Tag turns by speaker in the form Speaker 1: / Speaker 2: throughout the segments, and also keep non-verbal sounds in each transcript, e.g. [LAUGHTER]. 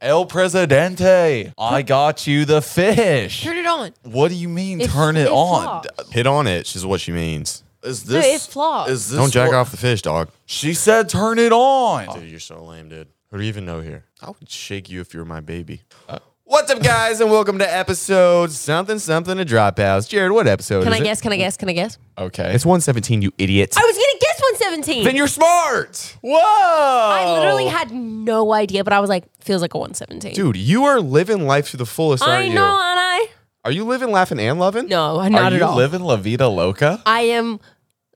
Speaker 1: El Presidente, I got you the fish.
Speaker 2: Turn it on.
Speaker 1: What do you mean
Speaker 2: It's-
Speaker 1: turn it
Speaker 2: it's
Speaker 1: on? uh,
Speaker 2: off.
Speaker 3: Hit on it is what she means.
Speaker 1: Is
Speaker 2: No,
Speaker 1: this
Speaker 2: it's flawed.
Speaker 1: Is this
Speaker 3: Don't jack
Speaker 1: what-
Speaker 3: off Oh. the fish, dog.
Speaker 1: She said turn it on.
Speaker 3: Dude, you're so lame, dude. Who do you even know here? I would shake you if you were my baby. What's up, guys, and welcome to episode something something a dropouts. Jared, what episode
Speaker 2: Can
Speaker 3: is
Speaker 2: I
Speaker 3: it?
Speaker 2: guess? Oh. Can I guess? Can I guess?
Speaker 1: Okay.
Speaker 3: It's 117, you idiot.
Speaker 2: I was gonna guess 117.
Speaker 3: then you're smart.
Speaker 1: Whoa.
Speaker 2: I literally had no idea, but I was like, feels like a 117.
Speaker 3: Dude, you are living life to the fullest,
Speaker 2: I
Speaker 3: aren't
Speaker 2: know,
Speaker 3: you?
Speaker 2: aren't I?
Speaker 3: Are you living, laughing, and loving?
Speaker 2: No, I'm
Speaker 1: Are
Speaker 2: not
Speaker 1: you
Speaker 2: at all.
Speaker 1: living La Vida Loca?
Speaker 2: I am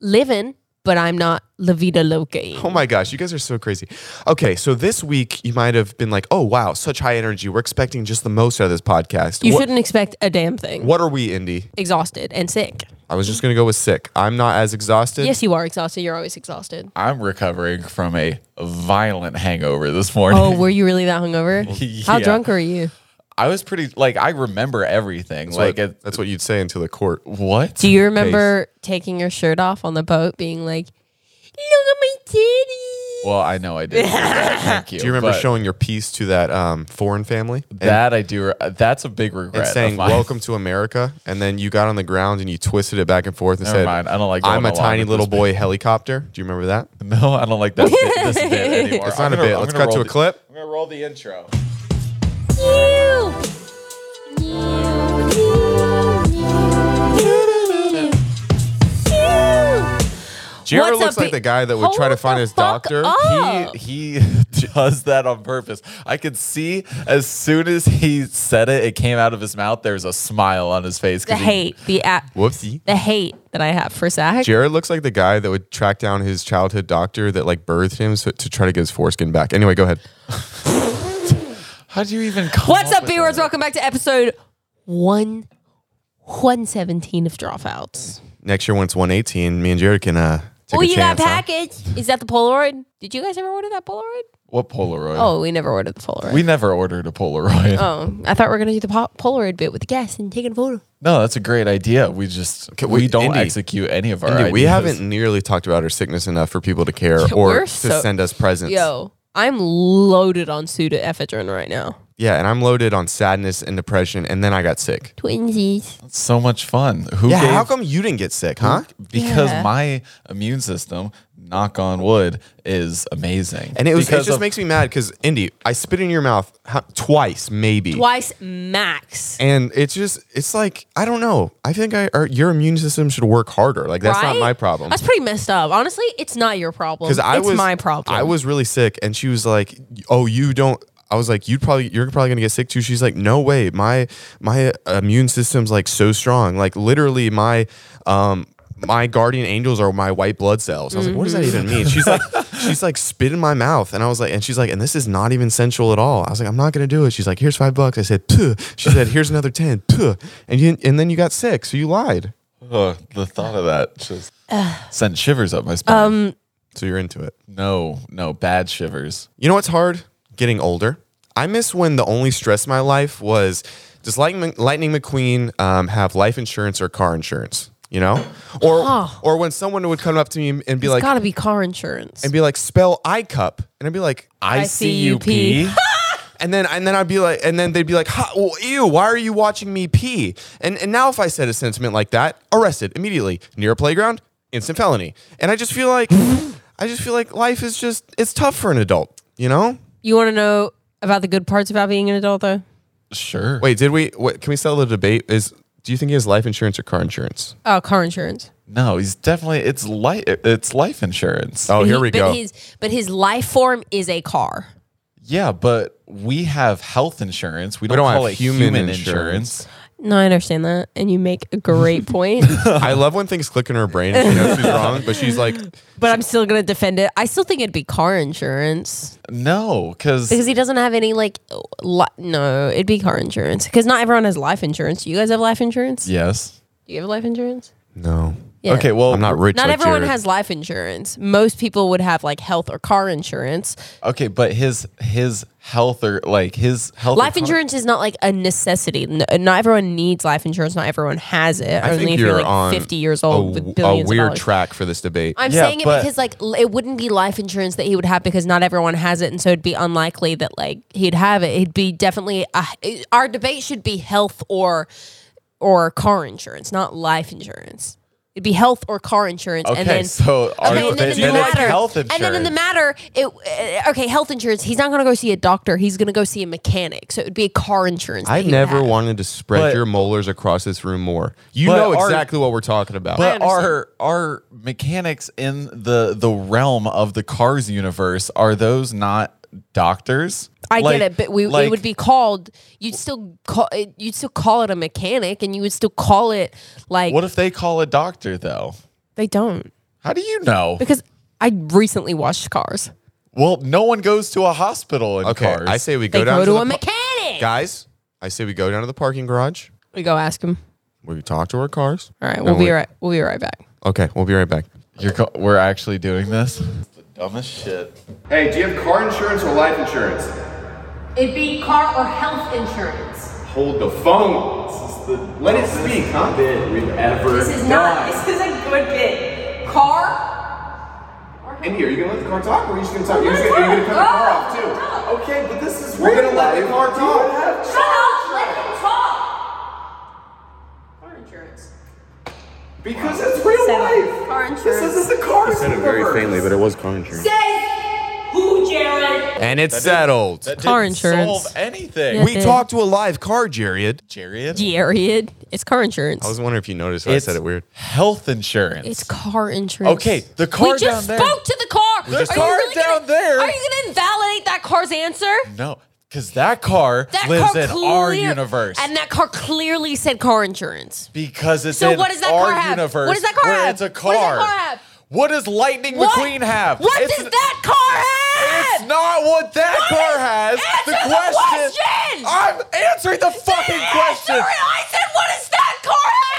Speaker 2: living, but I'm not La Vida Loca.
Speaker 3: Oh my gosh, you guys are so crazy. Okay, so this week you might have been like, oh, wow, such high energy. We're expecting just the most out of this podcast.
Speaker 2: you
Speaker 3: what,
Speaker 2: shouldn't expect a damn thing.
Speaker 3: what are we, Indy?
Speaker 2: Exhausted and sick.
Speaker 3: I was just going to go with sick. I'm not as exhausted.
Speaker 2: Yes, you are exhausted. You're always exhausted.
Speaker 1: I'm recovering from a violent hangover this morning.
Speaker 2: Oh, were you really that hungover? How
Speaker 1: Yeah.
Speaker 2: drunk are you?
Speaker 1: I was pretty like I remember everything.
Speaker 3: That's
Speaker 1: like
Speaker 3: what-
Speaker 1: it,
Speaker 3: that's what you'd say until the court.
Speaker 1: what?
Speaker 2: Do you remember taking your shirt off on the boat, being like, "Look at my titties"?
Speaker 1: well, I know I did. do
Speaker 2: [LAUGHS]
Speaker 1: that. Thank you.
Speaker 3: Do you remember
Speaker 1: but
Speaker 3: showing your piece to that um, foreign family and,
Speaker 1: that? I do. re- That's a big regret.
Speaker 3: and
Speaker 1: of
Speaker 3: saying
Speaker 1: mine.
Speaker 3: "Welcome to America"? And then you got on the ground and you twisted it back and forth and
Speaker 1: Never
Speaker 3: said,
Speaker 1: mind. I don't like.
Speaker 3: "I'm
Speaker 1: going along
Speaker 3: a tiny
Speaker 1: with
Speaker 3: little
Speaker 1: this
Speaker 3: boy helicopter." Do you remember that?
Speaker 1: bit. [LAUGHS] No, I don't like that. bit, this bit
Speaker 2: [LAUGHS]
Speaker 1: anymore.
Speaker 3: It's
Speaker 1: I'm
Speaker 3: not a
Speaker 1: gonna-
Speaker 3: bit.
Speaker 1: I'm
Speaker 3: Let's
Speaker 1: gonna
Speaker 3: cut to
Speaker 1: roll
Speaker 3: a
Speaker 1: the-
Speaker 3: clip.
Speaker 1: [LAUGHS] I'm gonna roll the intro.
Speaker 3: Jared
Speaker 2: What's
Speaker 3: looks
Speaker 2: up,
Speaker 3: like
Speaker 2: bi-
Speaker 3: the guy that would try to
Speaker 2: Hold
Speaker 3: find
Speaker 2: the
Speaker 3: his
Speaker 2: fuck
Speaker 3: doctor.
Speaker 2: up. Oh.
Speaker 1: He [LAUGHS] he does that on purpose. I could see as soon as he said it, it came out of his mouth. There's a smile on his face.
Speaker 2: The
Speaker 1: 'cause he-
Speaker 2: hate, the app,
Speaker 3: Whoopsie.
Speaker 2: the hate that I have for Zach.
Speaker 3: Jared looks like the guy that would track down his childhood doctor that like birthed him so, to try to get his foreskin back. Anyway, go ahead.
Speaker 1: How do you even? Come
Speaker 2: What's up,
Speaker 1: with
Speaker 2: viewers?
Speaker 1: that?
Speaker 2: Welcome back to episode one one seventeen of Dropouts.
Speaker 3: Next year when it's 118, me and Jared can uh take
Speaker 2: Oh,
Speaker 3: a
Speaker 2: you
Speaker 3: chance.
Speaker 2: got
Speaker 3: huh?
Speaker 2: package. Is that the Polaroid? Did you guys ever order that Polaroid?
Speaker 1: What Polaroid?
Speaker 2: Oh, we never ordered the Polaroid.
Speaker 1: we never ordered a Polaroid.
Speaker 2: oh, I thought we were gonna do the po- Polaroid bit with the guests and taking a photo.
Speaker 1: No, that's a great idea. We just we,
Speaker 3: we-
Speaker 1: don't
Speaker 3: Indy.
Speaker 1: execute any of our
Speaker 3: Dude,
Speaker 1: ideas.
Speaker 3: we haven't nearly talked about our sickness enough for people
Speaker 2: [LAUGHS]
Speaker 3: to care or
Speaker 2: we're
Speaker 3: to
Speaker 2: so-
Speaker 3: send us presents.
Speaker 2: Yo, I'm loaded on pseudoephedrine right now.
Speaker 3: Yeah, and I'm loaded on sadness and depression, and then I got sick.
Speaker 2: Twinsies.
Speaker 1: It's so much fun. Who
Speaker 3: Yeah,
Speaker 1: gave-
Speaker 3: how come you didn't get sick, huh?
Speaker 1: because
Speaker 2: Yeah.
Speaker 1: my immune system, knock on wood, is amazing.
Speaker 3: And it was
Speaker 1: because
Speaker 3: it just
Speaker 1: of-
Speaker 3: makes me mad because Indy, I spit in your mouth how, twice, maybe.
Speaker 2: Twice max.
Speaker 3: And it's just it's like I don't know. I think I or your immune system should work harder. Like that's not
Speaker 2: right?
Speaker 3: my problem.
Speaker 2: That's pretty messed up. Honestly, it's not your problem.
Speaker 3: Because I
Speaker 2: it's
Speaker 3: was
Speaker 2: my problem.
Speaker 3: I was really sick, and she was like, "Oh, you don't." I was like, "You'd probably you're probably gonna get sick too." She's like, "No way, my my immune system's like so strong, like literally my um." My guardian angels are my white blood cells. I was like, what does that even mean?
Speaker 2: [LAUGHS]
Speaker 3: She's like, she's like, spit in my mouth. And I was like, and she's like, and this is not even sensual at all. I was like, I'm not going to do it. She's like, here's five bucks. I said, Puh. she said, here's another 10. Puh. And you, and then you got sick. So you lied.
Speaker 1: Ugh, Oh, the thought of that just sent shivers up my
Speaker 2: Um,
Speaker 1: spine.
Speaker 3: So you're into it.
Speaker 1: no, no, bad shivers.
Speaker 3: You know what's hard? Getting older. I miss when the only stress in my life was does Lightning, Lightning McQueen um, have life insurance or car insurance? You know, or
Speaker 2: Oh.
Speaker 3: or when someone would come up to me and be like
Speaker 2: gotta be car insurance.
Speaker 3: and be like spell I cup and I'd be like
Speaker 1: I,
Speaker 2: see you pee.
Speaker 3: and then and then I'd be like and then they'd be like ha, well, ew why are you watching me pee and and now if I said a sentiment like that arrested immediately near a playground instant felony and I just feel like I just feel like life is just it's tough for an adult you know
Speaker 2: you wanna know about the good parts about being an adult though? [LAUGHS]
Speaker 1: sure.
Speaker 3: Wait, did we? What, can we settle the debate? Is do you think he has life insurance or car insurance?
Speaker 2: Oh, car insurance.
Speaker 1: No, he's definitely it's life. It's life insurance.
Speaker 3: Oh,
Speaker 2: But
Speaker 3: here
Speaker 2: he-
Speaker 3: we
Speaker 2: but
Speaker 3: go.
Speaker 2: His, but his life form is a car.
Speaker 1: Yeah, but we have health insurance. We don't,
Speaker 3: don't
Speaker 1: call
Speaker 3: have
Speaker 1: it
Speaker 3: human
Speaker 1: human,
Speaker 3: insurance.
Speaker 1: insurance.
Speaker 2: No, I understand that. And you make a
Speaker 3: [LAUGHS]
Speaker 2: great point.
Speaker 3: I love when things click in her brain. And she knows she's wrong, but she's like,
Speaker 2: but I'm still gonna defend it. I still think it'd be car insurance.
Speaker 1: No, because
Speaker 2: Because he doesn't have any like li- no, it'd be car insurance. Because not everyone has life insurance. You guys have life insurance?
Speaker 1: yes,
Speaker 2: Do you have life insurance?
Speaker 3: no.
Speaker 2: Yeah.
Speaker 1: Okay, well,
Speaker 3: I'm not rich.
Speaker 2: Not
Speaker 3: like
Speaker 2: everyone
Speaker 3: Jared.
Speaker 2: has life insurance. Most people would have like health or car insurance.
Speaker 1: Okay, but his his health or like his health
Speaker 2: Life
Speaker 1: or-
Speaker 2: insurance is not like a necessity. N- uh, Not everyone needs life insurance. Not everyone has it.
Speaker 3: I
Speaker 2: only
Speaker 3: think
Speaker 2: if you're,
Speaker 3: you're
Speaker 2: like
Speaker 3: on
Speaker 2: 50 years
Speaker 3: a,
Speaker 2: old with
Speaker 3: w- a
Speaker 2: billions of
Speaker 3: weird
Speaker 2: dollars.
Speaker 3: track for this debate.
Speaker 2: I'm
Speaker 1: Yeah,
Speaker 2: saying it
Speaker 1: but-
Speaker 2: because like l- it wouldn't be life insurance that he would have because not everyone has it, and so it'd be unlikely that like he'd have it. It'd be definitely a, our debate should be health or or car insurance, not life insurance. It'd be health or car insurance,
Speaker 1: Okay,
Speaker 2: and then
Speaker 1: so are
Speaker 2: Okay, and
Speaker 1: they,
Speaker 2: then in
Speaker 1: then
Speaker 2: the
Speaker 1: it's
Speaker 2: matter,
Speaker 1: health insurance?
Speaker 2: and then in the matter, it uh, okay, health insurance. He's not going to go see a doctor. He's going to go see a mechanic. So it would be a car insurance. that
Speaker 3: I
Speaker 2: he would
Speaker 3: never
Speaker 2: have.
Speaker 3: wanted to spread
Speaker 1: But-
Speaker 3: your molars across this room more. You
Speaker 1: But
Speaker 3: know
Speaker 1: are-
Speaker 3: exactly what we're talking about.
Speaker 1: But
Speaker 2: understand.
Speaker 1: are are mechanics in the the realm of the cars universe? Are those not doctors?
Speaker 2: I
Speaker 1: Like-
Speaker 2: get it, but we it
Speaker 1: like-
Speaker 2: would be called. You'd still call it. You'd still call it a mechanic, and you would still call it like
Speaker 1: What if they call a doctor though?
Speaker 2: they don't
Speaker 1: How do you know?
Speaker 2: because I recently watched Cars.
Speaker 1: Well, no one goes to a hospital in
Speaker 3: okay,
Speaker 1: cars.
Speaker 3: I say we
Speaker 2: They
Speaker 3: go down
Speaker 2: go, to,
Speaker 3: the
Speaker 2: a
Speaker 3: par-
Speaker 2: mechanic.
Speaker 3: guys. I say we go down to the parking garage.
Speaker 2: we go ask him.
Speaker 3: We talk to our cars.
Speaker 2: All right, we'll
Speaker 3: No,
Speaker 2: be
Speaker 3: wait.
Speaker 2: right. We'll be right back.
Speaker 3: Okay, we'll be right back.
Speaker 1: You're co- we're actually doing this. The dumbest shit.
Speaker 4: Hey, do you have car insurance or life insurance?
Speaker 5: It'd be car or health insurance.
Speaker 4: Hold the phone. Let it speak, huh? We've ever
Speaker 5: This is not, this is a good bit. Car?
Speaker 4: In here, are you gonna let the car talk, or are you just gonna talk? You're
Speaker 5: gonna
Speaker 4: just gonna, you're gonna cut the
Speaker 5: talk.
Speaker 4: car off too.
Speaker 2: Oh,
Speaker 4: Okay, but this is we're gonna let the car talk.
Speaker 5: Shut up, let him talk. Car insurance.
Speaker 4: Because it's real
Speaker 5: Seven.
Speaker 4: life.
Speaker 5: Car insurance.
Speaker 4: is the car. Said it very faintly, but it was.
Speaker 5: Says who, Jared?
Speaker 3: And it's settled.
Speaker 1: That
Speaker 2: Car
Speaker 1: didn't
Speaker 2: insurance.
Speaker 1: Solve anything?
Speaker 2: Yeah.
Speaker 1: We-
Speaker 3: we
Speaker 2: did.
Speaker 3: talked to a live car, Jared.
Speaker 1: Jared.
Speaker 2: Jared, it's car insurance.
Speaker 3: I was wondering if you noticed. I
Speaker 1: It's
Speaker 3: said it weird.
Speaker 1: Health insurance.
Speaker 2: it's car insurance.
Speaker 1: Okay, the car
Speaker 2: We just
Speaker 1: down there-
Speaker 2: spoke to the car.
Speaker 1: The
Speaker 2: Are you
Speaker 1: car
Speaker 2: really gonna-
Speaker 1: down there-
Speaker 2: Are you going to invalidate that car's answer?
Speaker 1: no, because that car
Speaker 2: That
Speaker 1: lives
Speaker 2: car
Speaker 1: in our
Speaker 2: clear-
Speaker 1: universe.
Speaker 2: and that car clearly said car insurance.
Speaker 1: Because it's
Speaker 2: So
Speaker 1: in
Speaker 2: what does that
Speaker 1: our
Speaker 2: car have?
Speaker 1: universe.
Speaker 2: What does that car
Speaker 1: where
Speaker 2: have?
Speaker 1: It's a
Speaker 2: What does that
Speaker 1: car.
Speaker 2: car have?
Speaker 1: What does Lightning
Speaker 2: What-
Speaker 1: McQueen have?
Speaker 2: What
Speaker 1: It's-
Speaker 2: does that car have?
Speaker 1: It's not what that car has.
Speaker 2: Answer the question!
Speaker 1: I'm answering the fucking question.
Speaker 2: Sorry, I said, what does that car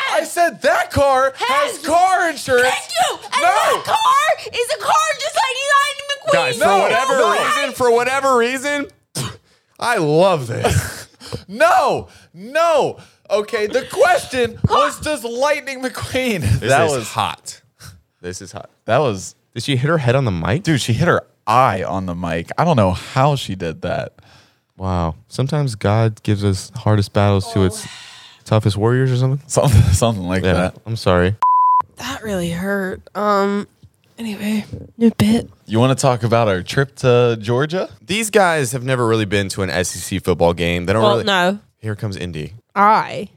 Speaker 2: have?
Speaker 1: I said that car has,
Speaker 2: Has-
Speaker 1: car insurance.
Speaker 2: Thank you.
Speaker 1: No.
Speaker 2: And that car is a car just like Lightning McQueen.
Speaker 3: Guys,
Speaker 1: No,
Speaker 3: for whatever
Speaker 1: no.
Speaker 3: reason, for whatever reason, I love [LAUGHS] this.
Speaker 1: No, no. Okay, the question was does Lightning McQueen?
Speaker 3: This
Speaker 1: that
Speaker 3: is
Speaker 1: was
Speaker 3: hot. This is hot.
Speaker 1: that was
Speaker 3: Did she hit her head on the mic?
Speaker 1: dude. She hit her eye on the mic. I don't know how she did that.
Speaker 3: Wow. Sometimes God gives us hardest battles to its toughest warriors or something.
Speaker 1: Something, [LAUGHS] something like that.
Speaker 3: I'm sorry.
Speaker 2: That really hurt. Um. Anyway, new bit.
Speaker 1: You want to talk about our trip to Georgia?
Speaker 3: These guys have never really been to an SEC football game. They don't
Speaker 2: Well,
Speaker 3: really.
Speaker 2: no,
Speaker 3: Here comes Indy.
Speaker 2: I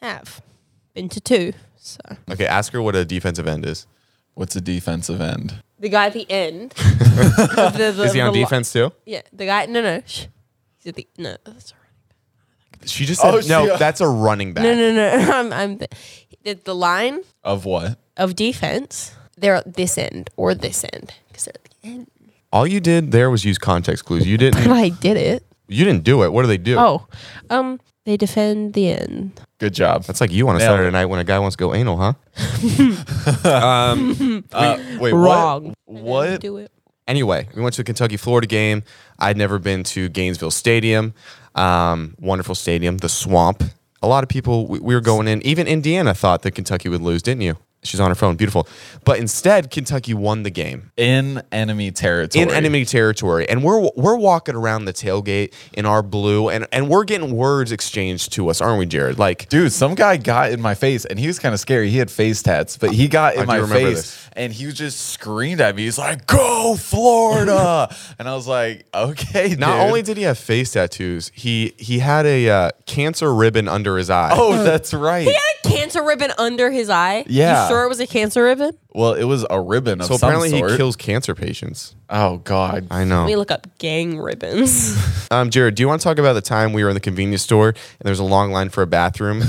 Speaker 2: have been to two. So
Speaker 3: Okay, ask her what a defensive end is.
Speaker 1: What's a defensive end?
Speaker 2: the guy at the
Speaker 3: [LAUGHS]
Speaker 2: end. of the- the-
Speaker 3: Is he on
Speaker 2: the li-
Speaker 3: defense too?
Speaker 2: Yeah, the guy. No, no. Shh. He's at the no. That's all right.
Speaker 3: She just
Speaker 1: Oh,
Speaker 3: said no.
Speaker 1: she-
Speaker 3: that's a running back.
Speaker 2: No, no, no. [LAUGHS] I'm, I'm the, the line
Speaker 1: Of what?
Speaker 2: of defense. They're at this end or this end because they're at the end.
Speaker 3: All you did there was use context clues. You
Speaker 2: But
Speaker 3: [LAUGHS]
Speaker 2: [LAUGHS]
Speaker 3: didn't.
Speaker 2: I did it.
Speaker 3: You didn't do it. What do they do?
Speaker 2: Oh, um, they defend the end.
Speaker 1: Good job.
Speaker 3: That's like you on a
Speaker 1: Yeah.
Speaker 3: Saturday night when a guy wants to go anal, huh?
Speaker 1: Wait,
Speaker 2: Wrong.
Speaker 1: what? What?
Speaker 2: Do it.
Speaker 3: Anyway, we went to the Kentucky Florida game. I'd never been to Gainesville Stadium. Um, wonderful stadium, the swamp. A lot of people, we, we were going in. Even Indiana thought that Kentucky would lose, didn't you? She's on her phone. Beautiful. But instead, Kentucky won the game
Speaker 1: In enemy territory.
Speaker 3: in enemy territory. And we're we're walking around the tailgate in our blue and, and we're getting words exchanged to us, aren't we, Jared? Like,
Speaker 1: Dude, some guy got in my face and he was kind of scary. He had face tats, but he got in
Speaker 3: I do
Speaker 1: my
Speaker 3: remember
Speaker 1: face
Speaker 3: this.
Speaker 1: and he just screamed at me. He's like, Go
Speaker 3: [LAUGHS]
Speaker 1: Florida. and I was like, Okay,
Speaker 3: not
Speaker 1: dude."
Speaker 3: only did he have face tattoos, he he had a uh, cancer ribbon under his
Speaker 1: [LAUGHS]
Speaker 3: eye.
Speaker 1: Oh, that's right.
Speaker 3: [LAUGHS]
Speaker 2: He had a cancer ribbon under his eye.
Speaker 1: Yeah.
Speaker 2: You sure it was a cancer ribbon?
Speaker 1: Well, it was a ribbon of
Speaker 3: so
Speaker 1: some
Speaker 3: apparently
Speaker 1: sort.
Speaker 3: he kills cancer patients.
Speaker 1: oh God.
Speaker 3: I know.
Speaker 2: Let me look up gang ribbons.
Speaker 3: Um, Jared, do you want to talk about the time we were in the convenience store and there was a long line for
Speaker 1: [LAUGHS]
Speaker 3: a bathroom?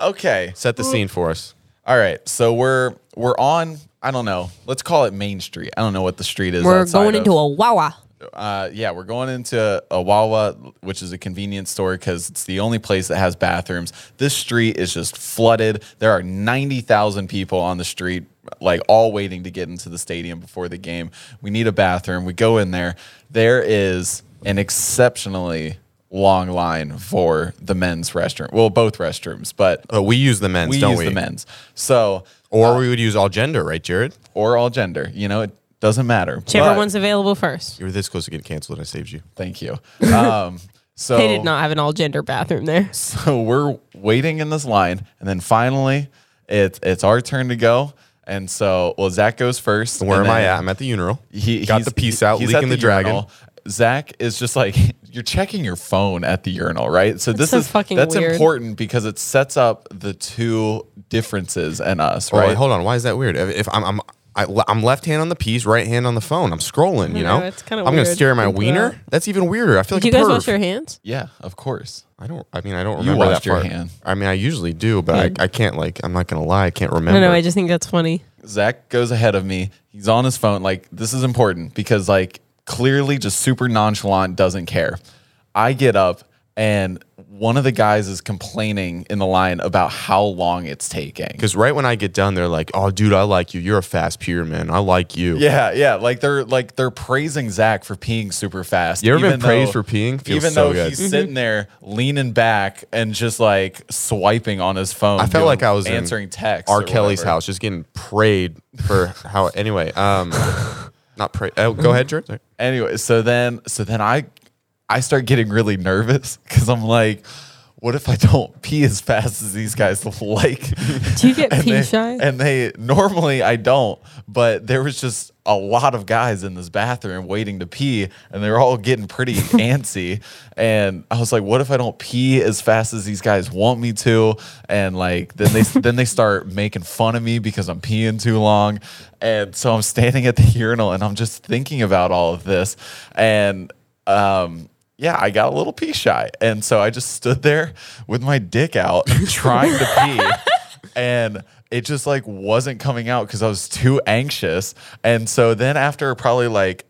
Speaker 1: Okay.
Speaker 3: Set the scene for us.
Speaker 1: All right. So we're we're on, I don't know, let's call it Main Street. I don't know what the street is.
Speaker 2: [LAUGHS] We're
Speaker 1: outside
Speaker 2: going
Speaker 1: of-
Speaker 2: into a Wawa.
Speaker 1: uh, yeah, we're going into a Wawa, which is a convenience store because it's the only place that has bathrooms. This street is just flooded. There are 90,000 people on the street, like all waiting to get into the stadium before the game. We need a bathroom. We go in there. There is an exceptionally long line for the men's restroom. Well, both restrooms, but
Speaker 3: Uh, we use the men's,
Speaker 1: we
Speaker 3: don't
Speaker 1: use
Speaker 3: we?
Speaker 1: the Uh, men's. So,
Speaker 3: Or we would use all gender, right, Jared?
Speaker 1: or all gender, you know, it doesn't matter.
Speaker 2: Whichever
Speaker 1: But-
Speaker 2: one's available first.
Speaker 3: You were this close to getting canceled, and I saved you.
Speaker 1: Thank you. Um, so
Speaker 2: [LAUGHS]
Speaker 3: Oh.
Speaker 2: They did not have an all gender bathroom there.
Speaker 1: So we're waiting in this line, and then finally, it's it's our turn to go. And so, well, Zach goes first.
Speaker 3: Where
Speaker 1: and
Speaker 3: am I
Speaker 1: then
Speaker 3: at? I'm at the urinal.
Speaker 1: He
Speaker 3: got
Speaker 1: he's-
Speaker 3: the piece out,
Speaker 1: he's at
Speaker 3: leaking the, dragon.
Speaker 1: urinal. Zach is just like [LAUGHS] you're checking your phone at the urinal, right? So this
Speaker 2: so
Speaker 1: is
Speaker 2: fucking
Speaker 1: that's
Speaker 2: weird.
Speaker 1: important because it sets up the two differences in us,
Speaker 3: Well,
Speaker 1: right?
Speaker 3: wait, hold on. Why is that weird? If if I'm I'm I, am left hand on the piece, right hand on the phone. I'm scrolling. You
Speaker 2: know,
Speaker 3: know,
Speaker 2: it's kinda
Speaker 3: I'm gonna
Speaker 2: weird.
Speaker 3: stare at my
Speaker 2: Think about
Speaker 3: wiener.
Speaker 2: it.
Speaker 3: That's even weirder. I feel like
Speaker 2: Did you
Speaker 3: a
Speaker 2: guys
Speaker 3: perv.
Speaker 2: wash your hands?
Speaker 1: yeah, of course.
Speaker 3: I don't. I mean, I don't
Speaker 1: You
Speaker 3: remember that
Speaker 1: washed your
Speaker 3: part.
Speaker 1: hand.
Speaker 3: I mean, I usually do, but I, I can't. Like, I'm not gonna lie. I can't remember.
Speaker 2: I don't know. I just think that's funny.
Speaker 1: Zach goes ahead of me. He's on his phone. Like, this is important because, like, clearly just super nonchalant, doesn't care. I get up, and one of the guys is complaining in the line about how long it's taking.
Speaker 3: because right when I get done, they're like, "Oh, dude, I like you. You're a fast peer, man. I like you."
Speaker 1: Yeah, yeah. Like they're like they're praising Zach for peeing super fast.
Speaker 3: You ever been
Speaker 1: even
Speaker 3: praised for peeing? Feels
Speaker 1: even
Speaker 3: so
Speaker 1: though
Speaker 3: good.
Speaker 1: he's sitting there leaning back and just like swiping on his phone.
Speaker 3: I felt
Speaker 1: doing-
Speaker 3: like I was in
Speaker 1: answering texts.
Speaker 3: R.
Speaker 1: or
Speaker 3: Kelly's
Speaker 1: whatever.
Speaker 3: house, just getting prayed for how. Anyway,
Speaker 1: [LAUGHS]
Speaker 3: um, not pray. Oh, go ahead, Jared. Sorry.
Speaker 1: anyway, so then so then I I start getting really nervous [LAUGHS] because I'm like, what if I don't pee as fast as these guys [LAUGHS] like?
Speaker 2: Do you get
Speaker 1: and
Speaker 2: pee
Speaker 1: they,
Speaker 2: shy?
Speaker 1: And they normally I don't, but there was just a lot of guys in this bathroom waiting to pee, and they were all getting pretty antsy. And I was like, what if I don't pee as fast as these guys want me to? And like then they [LAUGHS] then they start making fun of me because I'm peeing too long. And so I'm standing at the urinal and I'm just thinking about all of this. And um yeah, I got a little pee shy. And so I just stood there with my dick out trying to pee. And it just like wasn't coming out because I was too anxious. And so then after probably like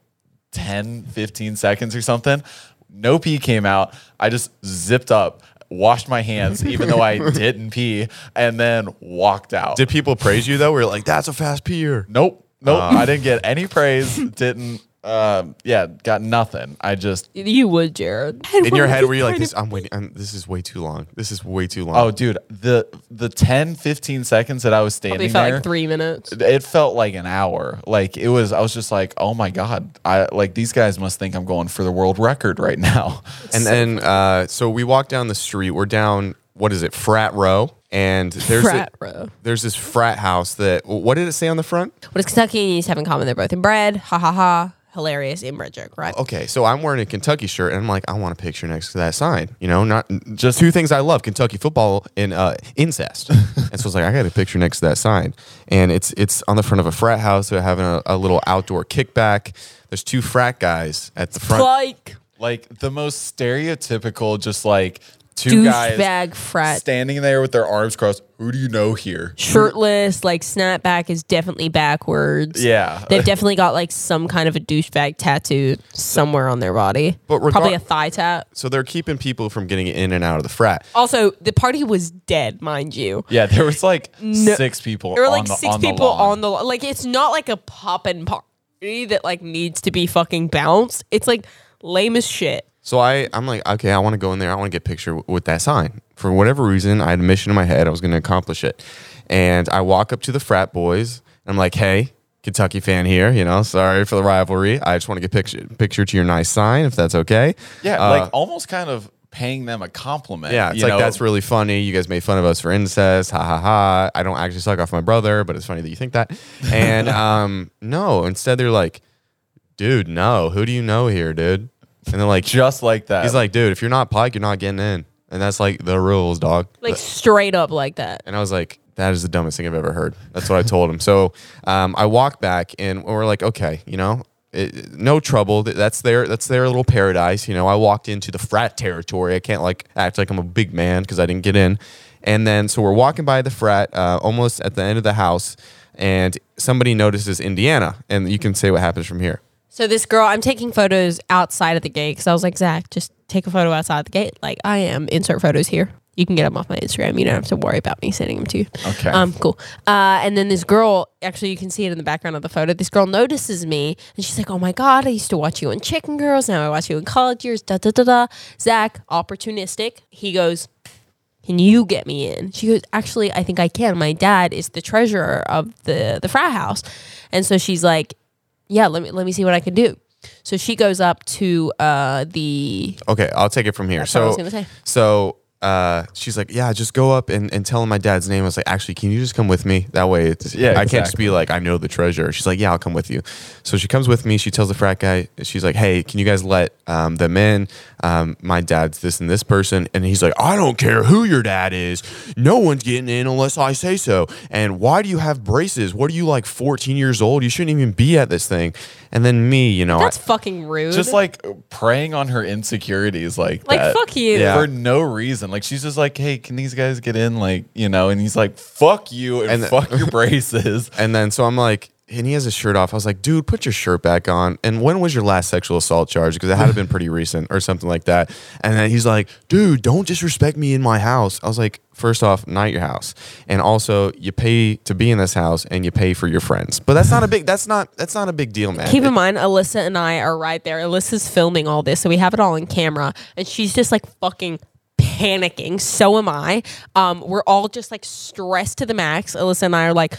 Speaker 1: 10, 15 seconds or something, no pee came out. I just zipped up, washed my hands, even though I didn't pee, and then walked out.
Speaker 3: Did people praise you though? We're like, "That's a fast peer."
Speaker 1: nope. Nope. I didn't get any praise. Didn't. Um, yeah, got nothing. I just
Speaker 2: You would, Jared.
Speaker 3: [LAUGHS] In your head, were you like, "This? I'm waiting. I'm, this is way too long. This is way too long."
Speaker 1: Oh, dude, the the 10, 15 seconds that I was
Speaker 2: Probably
Speaker 1: standing
Speaker 2: felt
Speaker 1: there,
Speaker 2: like three minutes.
Speaker 1: it felt like an hour. Like it was, I was just like, oh my god, I like these guys must think I'm going for the world record right now. [LAUGHS]
Speaker 3: And then, uh, so we walk down the street. We're down, what is it, frat row? And there's a-
Speaker 2: Frat row.
Speaker 3: There's this frat house that. What did it say on the front?
Speaker 2: What does Kentucky and East have in common? They're both inbred. Ha ha ha. Hilarious inbred joke, right?
Speaker 3: Okay, so I'm wearing a Kentucky shirt, and I'm like, I want a picture next to that sign. You know, not just two things I love: Kentucky football and uh, incest. and so it's like, I got a picture next to that sign, and it's it's on the front of a frat house. They're having a, a little outdoor kickback. There's two frat guys at the front.
Speaker 2: Like
Speaker 1: Like the most stereotypical, just like two guys
Speaker 2: douchebag frat,
Speaker 1: standing there with their arms crossed. Who do you know here?
Speaker 2: shirtless. Like snapback is definitely backwards.
Speaker 1: Yeah.
Speaker 2: They've definitely got like some kind of a douchebag tattoo somewhere on their body.
Speaker 3: But regar-
Speaker 2: Probably a thigh tat.
Speaker 3: So they're keeping people from getting in and out of the frat.
Speaker 2: Also, the party was dead, mind you.
Speaker 1: Yeah, there was
Speaker 2: [LAUGHS]
Speaker 1: like six people.
Speaker 2: There were
Speaker 1: on
Speaker 2: like
Speaker 1: the,
Speaker 2: six
Speaker 1: on
Speaker 2: people
Speaker 1: the lawn.
Speaker 2: on the lo- like. It's not like a poppin' party that like needs to be fucking bounced. It's like lame as shit.
Speaker 3: So I, I'm like, okay, I want to go in there. I want to get a picture w- with that sign. For whatever reason, I had a mission in my head. I was going to accomplish it. And I walk up to the frat boys. And I'm like, hey, Kentucky fan here. You know, sorry for the rivalry. I just want to get picture picture to your nice sign, if that's okay.
Speaker 1: Yeah,
Speaker 3: Uh,
Speaker 1: like almost kind of paying them a compliment.
Speaker 3: yeah, it's
Speaker 1: you
Speaker 3: like
Speaker 1: know?
Speaker 3: that's really funny. You guys made fun of us for incest. Ha ha ha. I don't actually suck off my brother, but it's funny that you think that.
Speaker 1: [LAUGHS]
Speaker 3: And um, no, instead they're like, dude, no. Who do you know here, dude? And they're like,
Speaker 1: just like that.
Speaker 3: He's like, dude, if you're not Pike, you're not getting in. And that's like the rules, dog.
Speaker 2: Like straight up like that.
Speaker 3: And I was like, that is the dumbest thing I've ever heard. That's what I told him. So um, I walk back and we're like, okay, you know, it, no trouble. Th- That's their that's their little paradise. You know, I walked into the frat territory. I can't like act like I'm a big man because I didn't get in. And then so we're walking by the frat, uh, almost at the end of the house, and somebody notices Indiana, and you can say what happens from here.
Speaker 2: So this girl, I'm taking photos outside of the gate because I was like, Zach, just take a photo outside the gate. Like I am. Insert photos here. You can get them off my Instagram. You don't have to worry about me sending them to you.
Speaker 1: Okay.
Speaker 2: Um, cool. Uh, and then this girl, actually, you can see it in the background of the photo. This girl notices me, and she's like, "Oh my god, I used to watch you on Chicken Girls. Now I watch you in college years." Da da da da. Zach, opportunistic. He goes, can you get me in? She goes, actually, I think I can. My dad is the treasurer of the the frat house, and so she's like, yeah, let me let me see what I can do. So she goes up to uh, the
Speaker 3: Okay, I'll take it from here.
Speaker 2: That's what
Speaker 3: so,
Speaker 2: I was gonna say.
Speaker 3: so uh, she's like, "Yeah, just go up and, and tell him my dad's name." I was like, "Actually, can you just come with me? That way, it's,
Speaker 1: Yeah,
Speaker 3: I can't just be like, I know the treasure." She's like, "Yeah, I'll come with you." So she comes with me. She tells the frat guy, "She's like, hey, can you guys let um, them in? Um, my dad's this and this person," and he's like, "I don't care who your dad is. No one's getting in unless I say so. And why do you have braces? What are you like, 14 years old? You shouldn't even be at this thing." And then me, you know, I-
Speaker 2: that's fucking rude.
Speaker 1: Just like preying on her insecurities, like
Speaker 2: Like,
Speaker 1: that.
Speaker 2: fuck you.
Speaker 3: Yeah.
Speaker 1: for no reason. Like she's just like, hey, can these guys get in? Like you know, and he's like, fuck you and,
Speaker 3: And-
Speaker 1: fuck
Speaker 3: [LAUGHS]
Speaker 1: your braces.
Speaker 3: And then so I'm like, and he has his shirt off. I was like, dude, put your shirt back on. And when was your last sexual assault charge? Because it had to have been pretty recent or something like that. And then he's like, dude, don't disrespect me in my house. I was like, first off, not your house. And also, you pay to be in this house and you pay for your friends. But that's not a big that's not that's not a big deal, man.
Speaker 2: Keep
Speaker 3: It-
Speaker 2: in mind, Alyssa and I are right there. Alyssa's filming all this, so we have it all on camera, and she's just like fucking panicking. So am I. Um, we're all just like stressed to the max. Alyssa and I are like,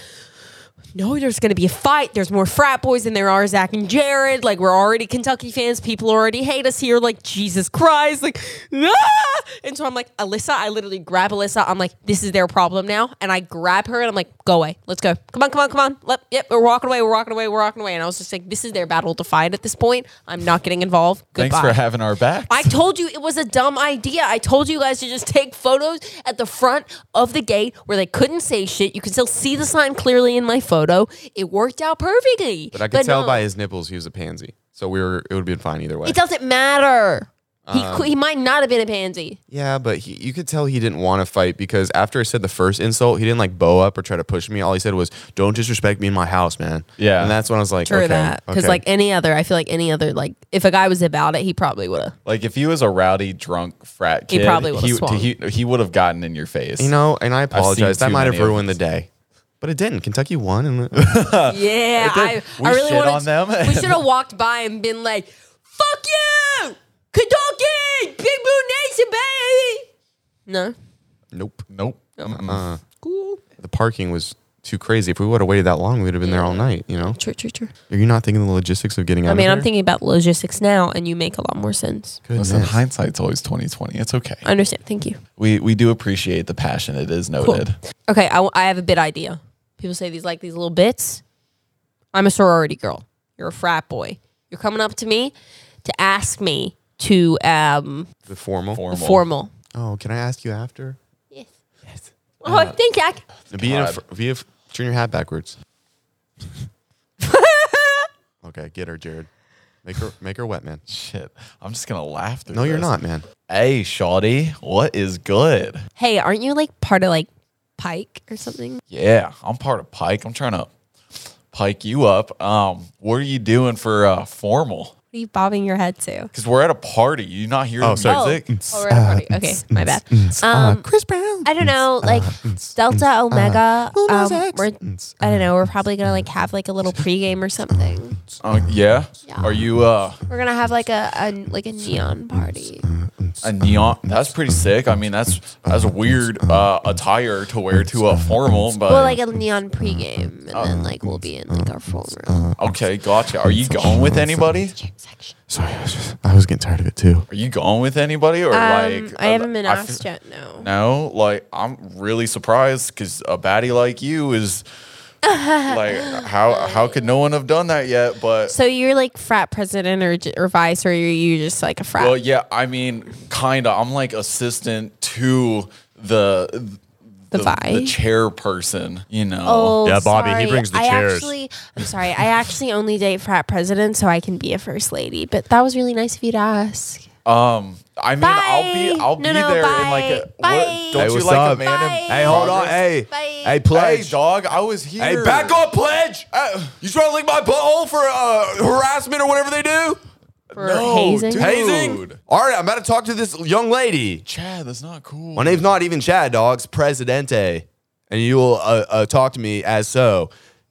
Speaker 2: no, there's going to be a fight. There's more frat boys than there are Zach and Jared. Like, we're already Kentucky fans. People already hate us here. Like, Jesus Christ. Like, ah! And so I'm like, Alyssa, I literally grab Alyssa. I'm like, this is their problem now. And I grab her and I'm like, go away. Let's go. Come on, come on, come on. Let, yep, we're walking away. We're walking away. We're walking away. And I was just like, this is their battle to fight at this point. I'm not getting involved. Goodbye.
Speaker 1: Thanks for having our back.
Speaker 2: I told you it was a dumb idea. I told you guys to just take photos at the front of the gate where they couldn't say shit. You could still see the sign clearly in my photo. It worked out perfectly.
Speaker 3: but I could tell
Speaker 2: no,
Speaker 3: by his nipples he was a pansy. So we were it would have been fine either way.
Speaker 2: it doesn't matter. He
Speaker 3: Um,
Speaker 2: he, he might not have been a pansy.
Speaker 3: Yeah, but he, you could tell he didn't want to fight because after I said the first insult, he didn't like bow up or try to push me. All he said was, "Don't disrespect me in my house, man."
Speaker 1: Yeah.
Speaker 3: and that's when I was like,
Speaker 2: True
Speaker 3: okay,
Speaker 2: that. Because
Speaker 3: okay.
Speaker 2: like any other, I feel like any other, like if a guy was about it, he probably would have.
Speaker 1: like if he was a rowdy drunk frat
Speaker 2: He
Speaker 1: kid,
Speaker 2: probably would've
Speaker 1: he-
Speaker 2: swung.
Speaker 1: he, he would have gotten in your face.
Speaker 3: you know, and I apologize. That
Speaker 1: too
Speaker 3: might have
Speaker 1: many of
Speaker 3: ruined the
Speaker 1: these.
Speaker 3: day, but it didn't. Kentucky won, and [LAUGHS]
Speaker 2: Yeah, I,
Speaker 1: We
Speaker 2: I really
Speaker 1: shit
Speaker 2: wanted
Speaker 1: on them.
Speaker 2: we should have walked by and been like, "Fuck you, Kentucky, Big Blue Nation, baby." No,
Speaker 3: nope,
Speaker 1: Nope. Mm-mm.
Speaker 2: cool.
Speaker 3: the parking was too crazy. If we would have waited that long, we'd have been there all night. You know,
Speaker 2: True, true, true.
Speaker 3: are you not thinking of the logistics of getting out?
Speaker 2: I mean,
Speaker 3: of
Speaker 2: I'm thinking about logistics now, and you make a lot more sense.
Speaker 1: [LAUGHS]
Speaker 3: thinking.
Speaker 1: Listen, hindsight's always twenty twenty. It's okay.
Speaker 2: I understand. Thank you.
Speaker 1: We we do appreciate the passion. It is
Speaker 2: Cool.
Speaker 1: noted.
Speaker 2: Okay, I, w- I have a bit idea. People say these like these little bits. I'm a sorority girl. You're a frat boy. You're coming up to me to ask me to um
Speaker 3: the formal.
Speaker 1: Formal.
Speaker 2: formal.
Speaker 3: Oh, can I ask you after?
Speaker 2: Yes. Oh, thank you. I-
Speaker 3: Be in a,
Speaker 1: God.
Speaker 3: fr- be a f- turn your hat [LAUGHS] backwards. okay, get her, Jared. Make her make her wet, man.
Speaker 1: Shit, I'm just gonna laugh. Through
Speaker 3: No, you're
Speaker 1: this.
Speaker 3: not, man.
Speaker 1: Hey, Shawty, what is good?
Speaker 2: Hey, aren't you like part of like Pike or something?
Speaker 1: Yeah, I'm part of Pike. I'm trying to pike you up. Um, what are you doing for uh, formal?
Speaker 2: What are you bobbing your head to?
Speaker 1: Because we're at a party. You not hear
Speaker 3: Oh,
Speaker 1: the
Speaker 3: sorry.
Speaker 1: music?
Speaker 2: Oh, we're at a party. Okay, my bad. Um,
Speaker 3: Chris Brown.
Speaker 2: I don't know,
Speaker 3: uh,
Speaker 2: like Delta Omega.
Speaker 3: who knows
Speaker 2: um,
Speaker 3: X? uh,
Speaker 2: we're, I don't know. We're probably gonna like have like a little pregame or something.
Speaker 3: Oh.
Speaker 1: Uh, yeah?
Speaker 2: Yeah.
Speaker 1: Are you uh,
Speaker 2: We're gonna have like a, a
Speaker 3: uh,
Speaker 2: like a neon party.
Speaker 1: a neon? That's pretty sick. I mean, that's that's a weird uh, attire to wear to a formal. But
Speaker 2: Well, like a
Speaker 3: uh,
Speaker 2: neon pregame, and then like we'll be in like our phone room.
Speaker 1: okay, gotcha. Are you going with anybody?
Speaker 3: Sorry, I was, just, I was getting tired of it too.
Speaker 1: Are you going with anybody or
Speaker 2: Um,
Speaker 1: like?
Speaker 2: I
Speaker 3: uh,
Speaker 2: haven't been
Speaker 1: I fe-
Speaker 2: asked yet. No.
Speaker 1: No, like I'm really surprised because a baddie like you is like how how could no one have done that yet? But
Speaker 2: So you're like frat president or j- or vice, or are you just like a frat?
Speaker 1: well, yeah, I mean, kinda. I'm like assistant to the
Speaker 2: The
Speaker 1: the
Speaker 2: vi?
Speaker 1: chairperson. You know,
Speaker 2: Oh,
Speaker 3: Yeah, Bobby, he
Speaker 2: sorry.
Speaker 3: brings the
Speaker 2: I
Speaker 3: chairs.
Speaker 2: Actually, I'm sorry. I actually only date frat presidents, so I can be a first lady. But that was really nice of you to ask.
Speaker 1: Um, I mean, I'll be
Speaker 2: Bye.
Speaker 1: I'll
Speaker 2: No,
Speaker 1: be
Speaker 2: no,
Speaker 1: there in like a
Speaker 2: bye.
Speaker 1: what-
Speaker 2: Bye.
Speaker 1: don't
Speaker 3: Hey,
Speaker 1: you
Speaker 3: what's
Speaker 1: like a
Speaker 3: up?
Speaker 1: man?
Speaker 2: Bye.
Speaker 1: In,
Speaker 3: Hey, hold on.
Speaker 2: Progress.
Speaker 3: Hey,
Speaker 2: Bye.
Speaker 3: hey,
Speaker 1: hey,
Speaker 3: pledge.
Speaker 1: dog, I was here.
Speaker 3: Hey, back up, pledge. you trying to lick my butthole for uh, harassment or whatever they do?
Speaker 2: for
Speaker 1: No,
Speaker 2: hazing.
Speaker 1: dude.
Speaker 3: Hazing.
Speaker 1: Dude.
Speaker 3: All right, I'm about to talk to this young lady.
Speaker 1: Chad. That's not cool.
Speaker 3: My name's not even Chad, dogs. Presidente, and you will uh, uh, talk to me as so.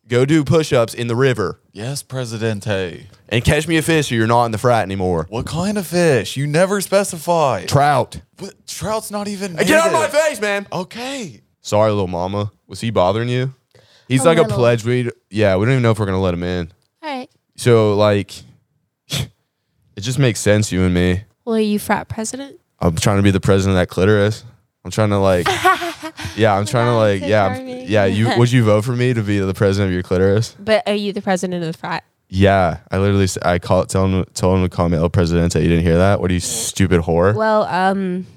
Speaker 3: Go do push-ups in the river
Speaker 1: yes, Presidente.
Speaker 3: and catch me a fish, or you're not in the frat anymore.
Speaker 1: What kind of fish? You never specify.
Speaker 3: Trout.
Speaker 1: What- Trout's not even.
Speaker 3: Hey, get out of my
Speaker 1: native.
Speaker 3: face, man.
Speaker 1: Okay.
Speaker 3: Sorry, little mama. Was he bothering you? He's
Speaker 2: A
Speaker 3: like a
Speaker 2: little.
Speaker 3: pledge. We yeah, we don't even know if we're gonna let him in.
Speaker 2: All right.
Speaker 3: So like, [SIGHS] it just makes sense, you and me.
Speaker 2: Well, are you frat president?
Speaker 3: I'm trying to be the president of that clitoris. I'm trying
Speaker 2: [LAUGHS]
Speaker 3: to like, yeah, I'm trying to like,
Speaker 2: so
Speaker 3: yeah, I'm-
Speaker 2: charming.
Speaker 3: yeah. You would you vote for me to be the president of your clitoris?
Speaker 2: But are you the president of the frat?
Speaker 3: Yeah, I literally s- I call tell him tell him to call me El Presidente. You didn't hear that? What are you stupid whore?
Speaker 2: Well, um,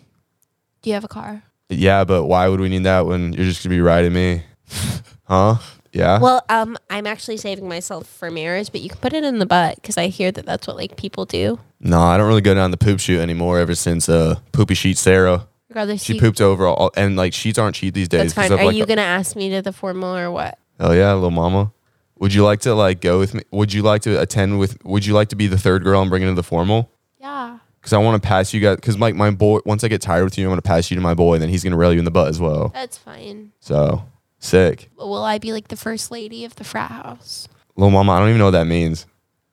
Speaker 2: do you have a car?
Speaker 3: Yeah, but why would we need that when you're just gonna be riding me? [LAUGHS] huh? Yeah.
Speaker 2: Well, um, I'm actually saving myself for marriage, but you can put it in the butt because I hear that that's what like people do.
Speaker 3: no, I don't really go down the poop chute anymore. Ever since uh poopy sheet Sarah,
Speaker 2: Regardless,
Speaker 3: she
Speaker 2: you-
Speaker 3: pooped over all, and like sheets aren't cheap these days.
Speaker 2: That's
Speaker 3: 'cause
Speaker 2: fine.
Speaker 3: of,
Speaker 2: Are
Speaker 3: like,
Speaker 2: you
Speaker 3: the-
Speaker 2: gonna ask me to the formal or what?
Speaker 3: Oh yeah, little mama. Would you like to like go with me? Would you like to attend with? Would you like to be the third girl I'm bringing to the formal?
Speaker 2: Yeah.
Speaker 3: Because I want to pass you guys. Because like my boy, once I get tired with you, I'm gonna pass you to my boy, and then he's gonna rail you in the butt as well.
Speaker 2: That's fine.
Speaker 3: So sick,
Speaker 2: Will I be like the first lady of the frat house?
Speaker 3: little mama. I don't even know what that means.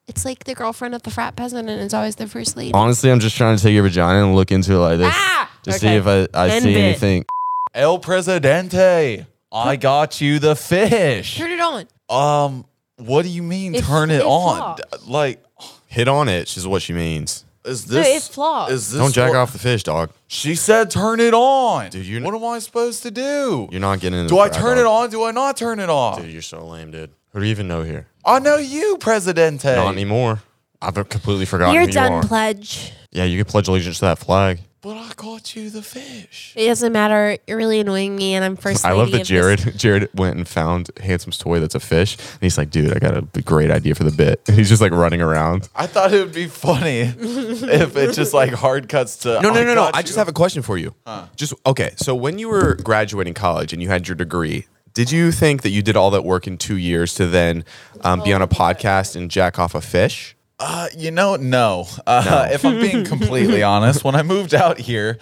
Speaker 2: It's like the girlfriend of the frat peasant, and it's always the first lady.
Speaker 3: Honestly, I'm just trying to take your vagina and look into it like this,
Speaker 2: Ah!
Speaker 3: just
Speaker 2: Okay.
Speaker 3: see if I, I
Speaker 2: End
Speaker 3: see
Speaker 2: it.
Speaker 3: anything.
Speaker 1: El Presidente. I got you the fish.
Speaker 2: Turn it on.
Speaker 1: Um, what do you mean?
Speaker 2: It-
Speaker 1: turn it,
Speaker 2: it
Speaker 1: on.
Speaker 2: flops.
Speaker 1: D- Like,
Speaker 3: Hit on it. She's what she means.
Speaker 1: is
Speaker 2: No,
Speaker 1: this?
Speaker 2: it flops.
Speaker 1: Is this
Speaker 3: Don't jack
Speaker 1: what-
Speaker 3: off the fish, dog.
Speaker 1: She said, "Turn it on."
Speaker 3: Dude, you're-
Speaker 1: what am I supposed to do?
Speaker 3: You're not getting. in
Speaker 1: Do
Speaker 3: the
Speaker 1: I
Speaker 3: frat,
Speaker 1: turn
Speaker 3: dog.
Speaker 1: it on? Do I not turn it off?
Speaker 3: Dude, you're so lame, dude. Who do you even know here?
Speaker 1: I know you, Presidente.
Speaker 3: Not anymore. I've completely forgotten
Speaker 2: You're
Speaker 3: who
Speaker 2: done,
Speaker 3: you are.
Speaker 2: pledge.
Speaker 3: yeah, you can pledge allegiance to that flag.
Speaker 1: But I caught you the fish.
Speaker 2: It doesn't matter. You're really annoying me, and I'm first.
Speaker 3: I love
Speaker 2: lady
Speaker 3: that
Speaker 2: of this-
Speaker 3: Jared [LAUGHS] Jared went and found Handsome's toy that's a fish, and he's like, "Dude, I got a b- great idea for the bit." [LAUGHS] And he's just like running around.
Speaker 1: I thought it would be funny [LAUGHS] if it just like hard cuts to.
Speaker 3: No, no, no, no.
Speaker 1: got
Speaker 3: I
Speaker 1: you.
Speaker 3: just have a question for you. Just okay. So when you were graduating college and you had your degree, did you think that you did all that work in two years to then um, be on a podcast and jack off a fish?
Speaker 1: Uh, you know, no. Uh, [LAUGHS] if I'm
Speaker 3: [LAUGHS]
Speaker 1: being completely honest, when I moved out here,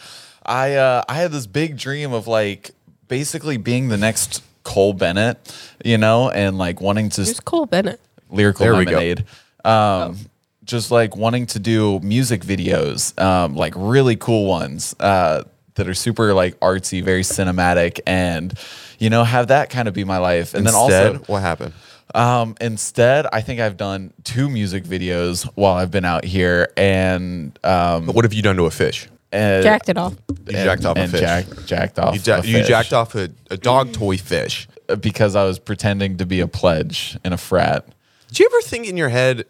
Speaker 1: I uh, I had this big dream of like basically being the next Cole Bennett, you know, and like wanting to
Speaker 2: It's Cole Bennett.
Speaker 1: lyrical
Speaker 3: There we go.
Speaker 1: lemonade. Um, Just like wanting to do music videos, um, like really cool ones uh, that are super like artsy, very cinematic, and you know have that kind of be my life. And then also,
Speaker 3: what happened?
Speaker 1: um, instead, I think I've done two music videos while I've been out here, and um,
Speaker 3: What have you done to a fish?
Speaker 1: and,
Speaker 2: Jacked it off.
Speaker 3: You
Speaker 1: and-
Speaker 3: jacked off a
Speaker 1: and
Speaker 3: fish.
Speaker 1: jack- jacked off.
Speaker 3: you, ja-
Speaker 1: a
Speaker 3: you
Speaker 1: fish
Speaker 3: jacked off a, a dog toy fish.
Speaker 1: because I was pretending to be a pledge in a frat.
Speaker 3: Do you ever think in your head,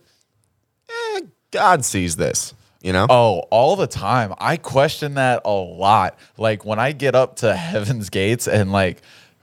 Speaker 3: eh, God sees this? You know?
Speaker 1: Oh, all the time. I question that a lot. Like when I get up to [LAUGHS] heaven's gates and like,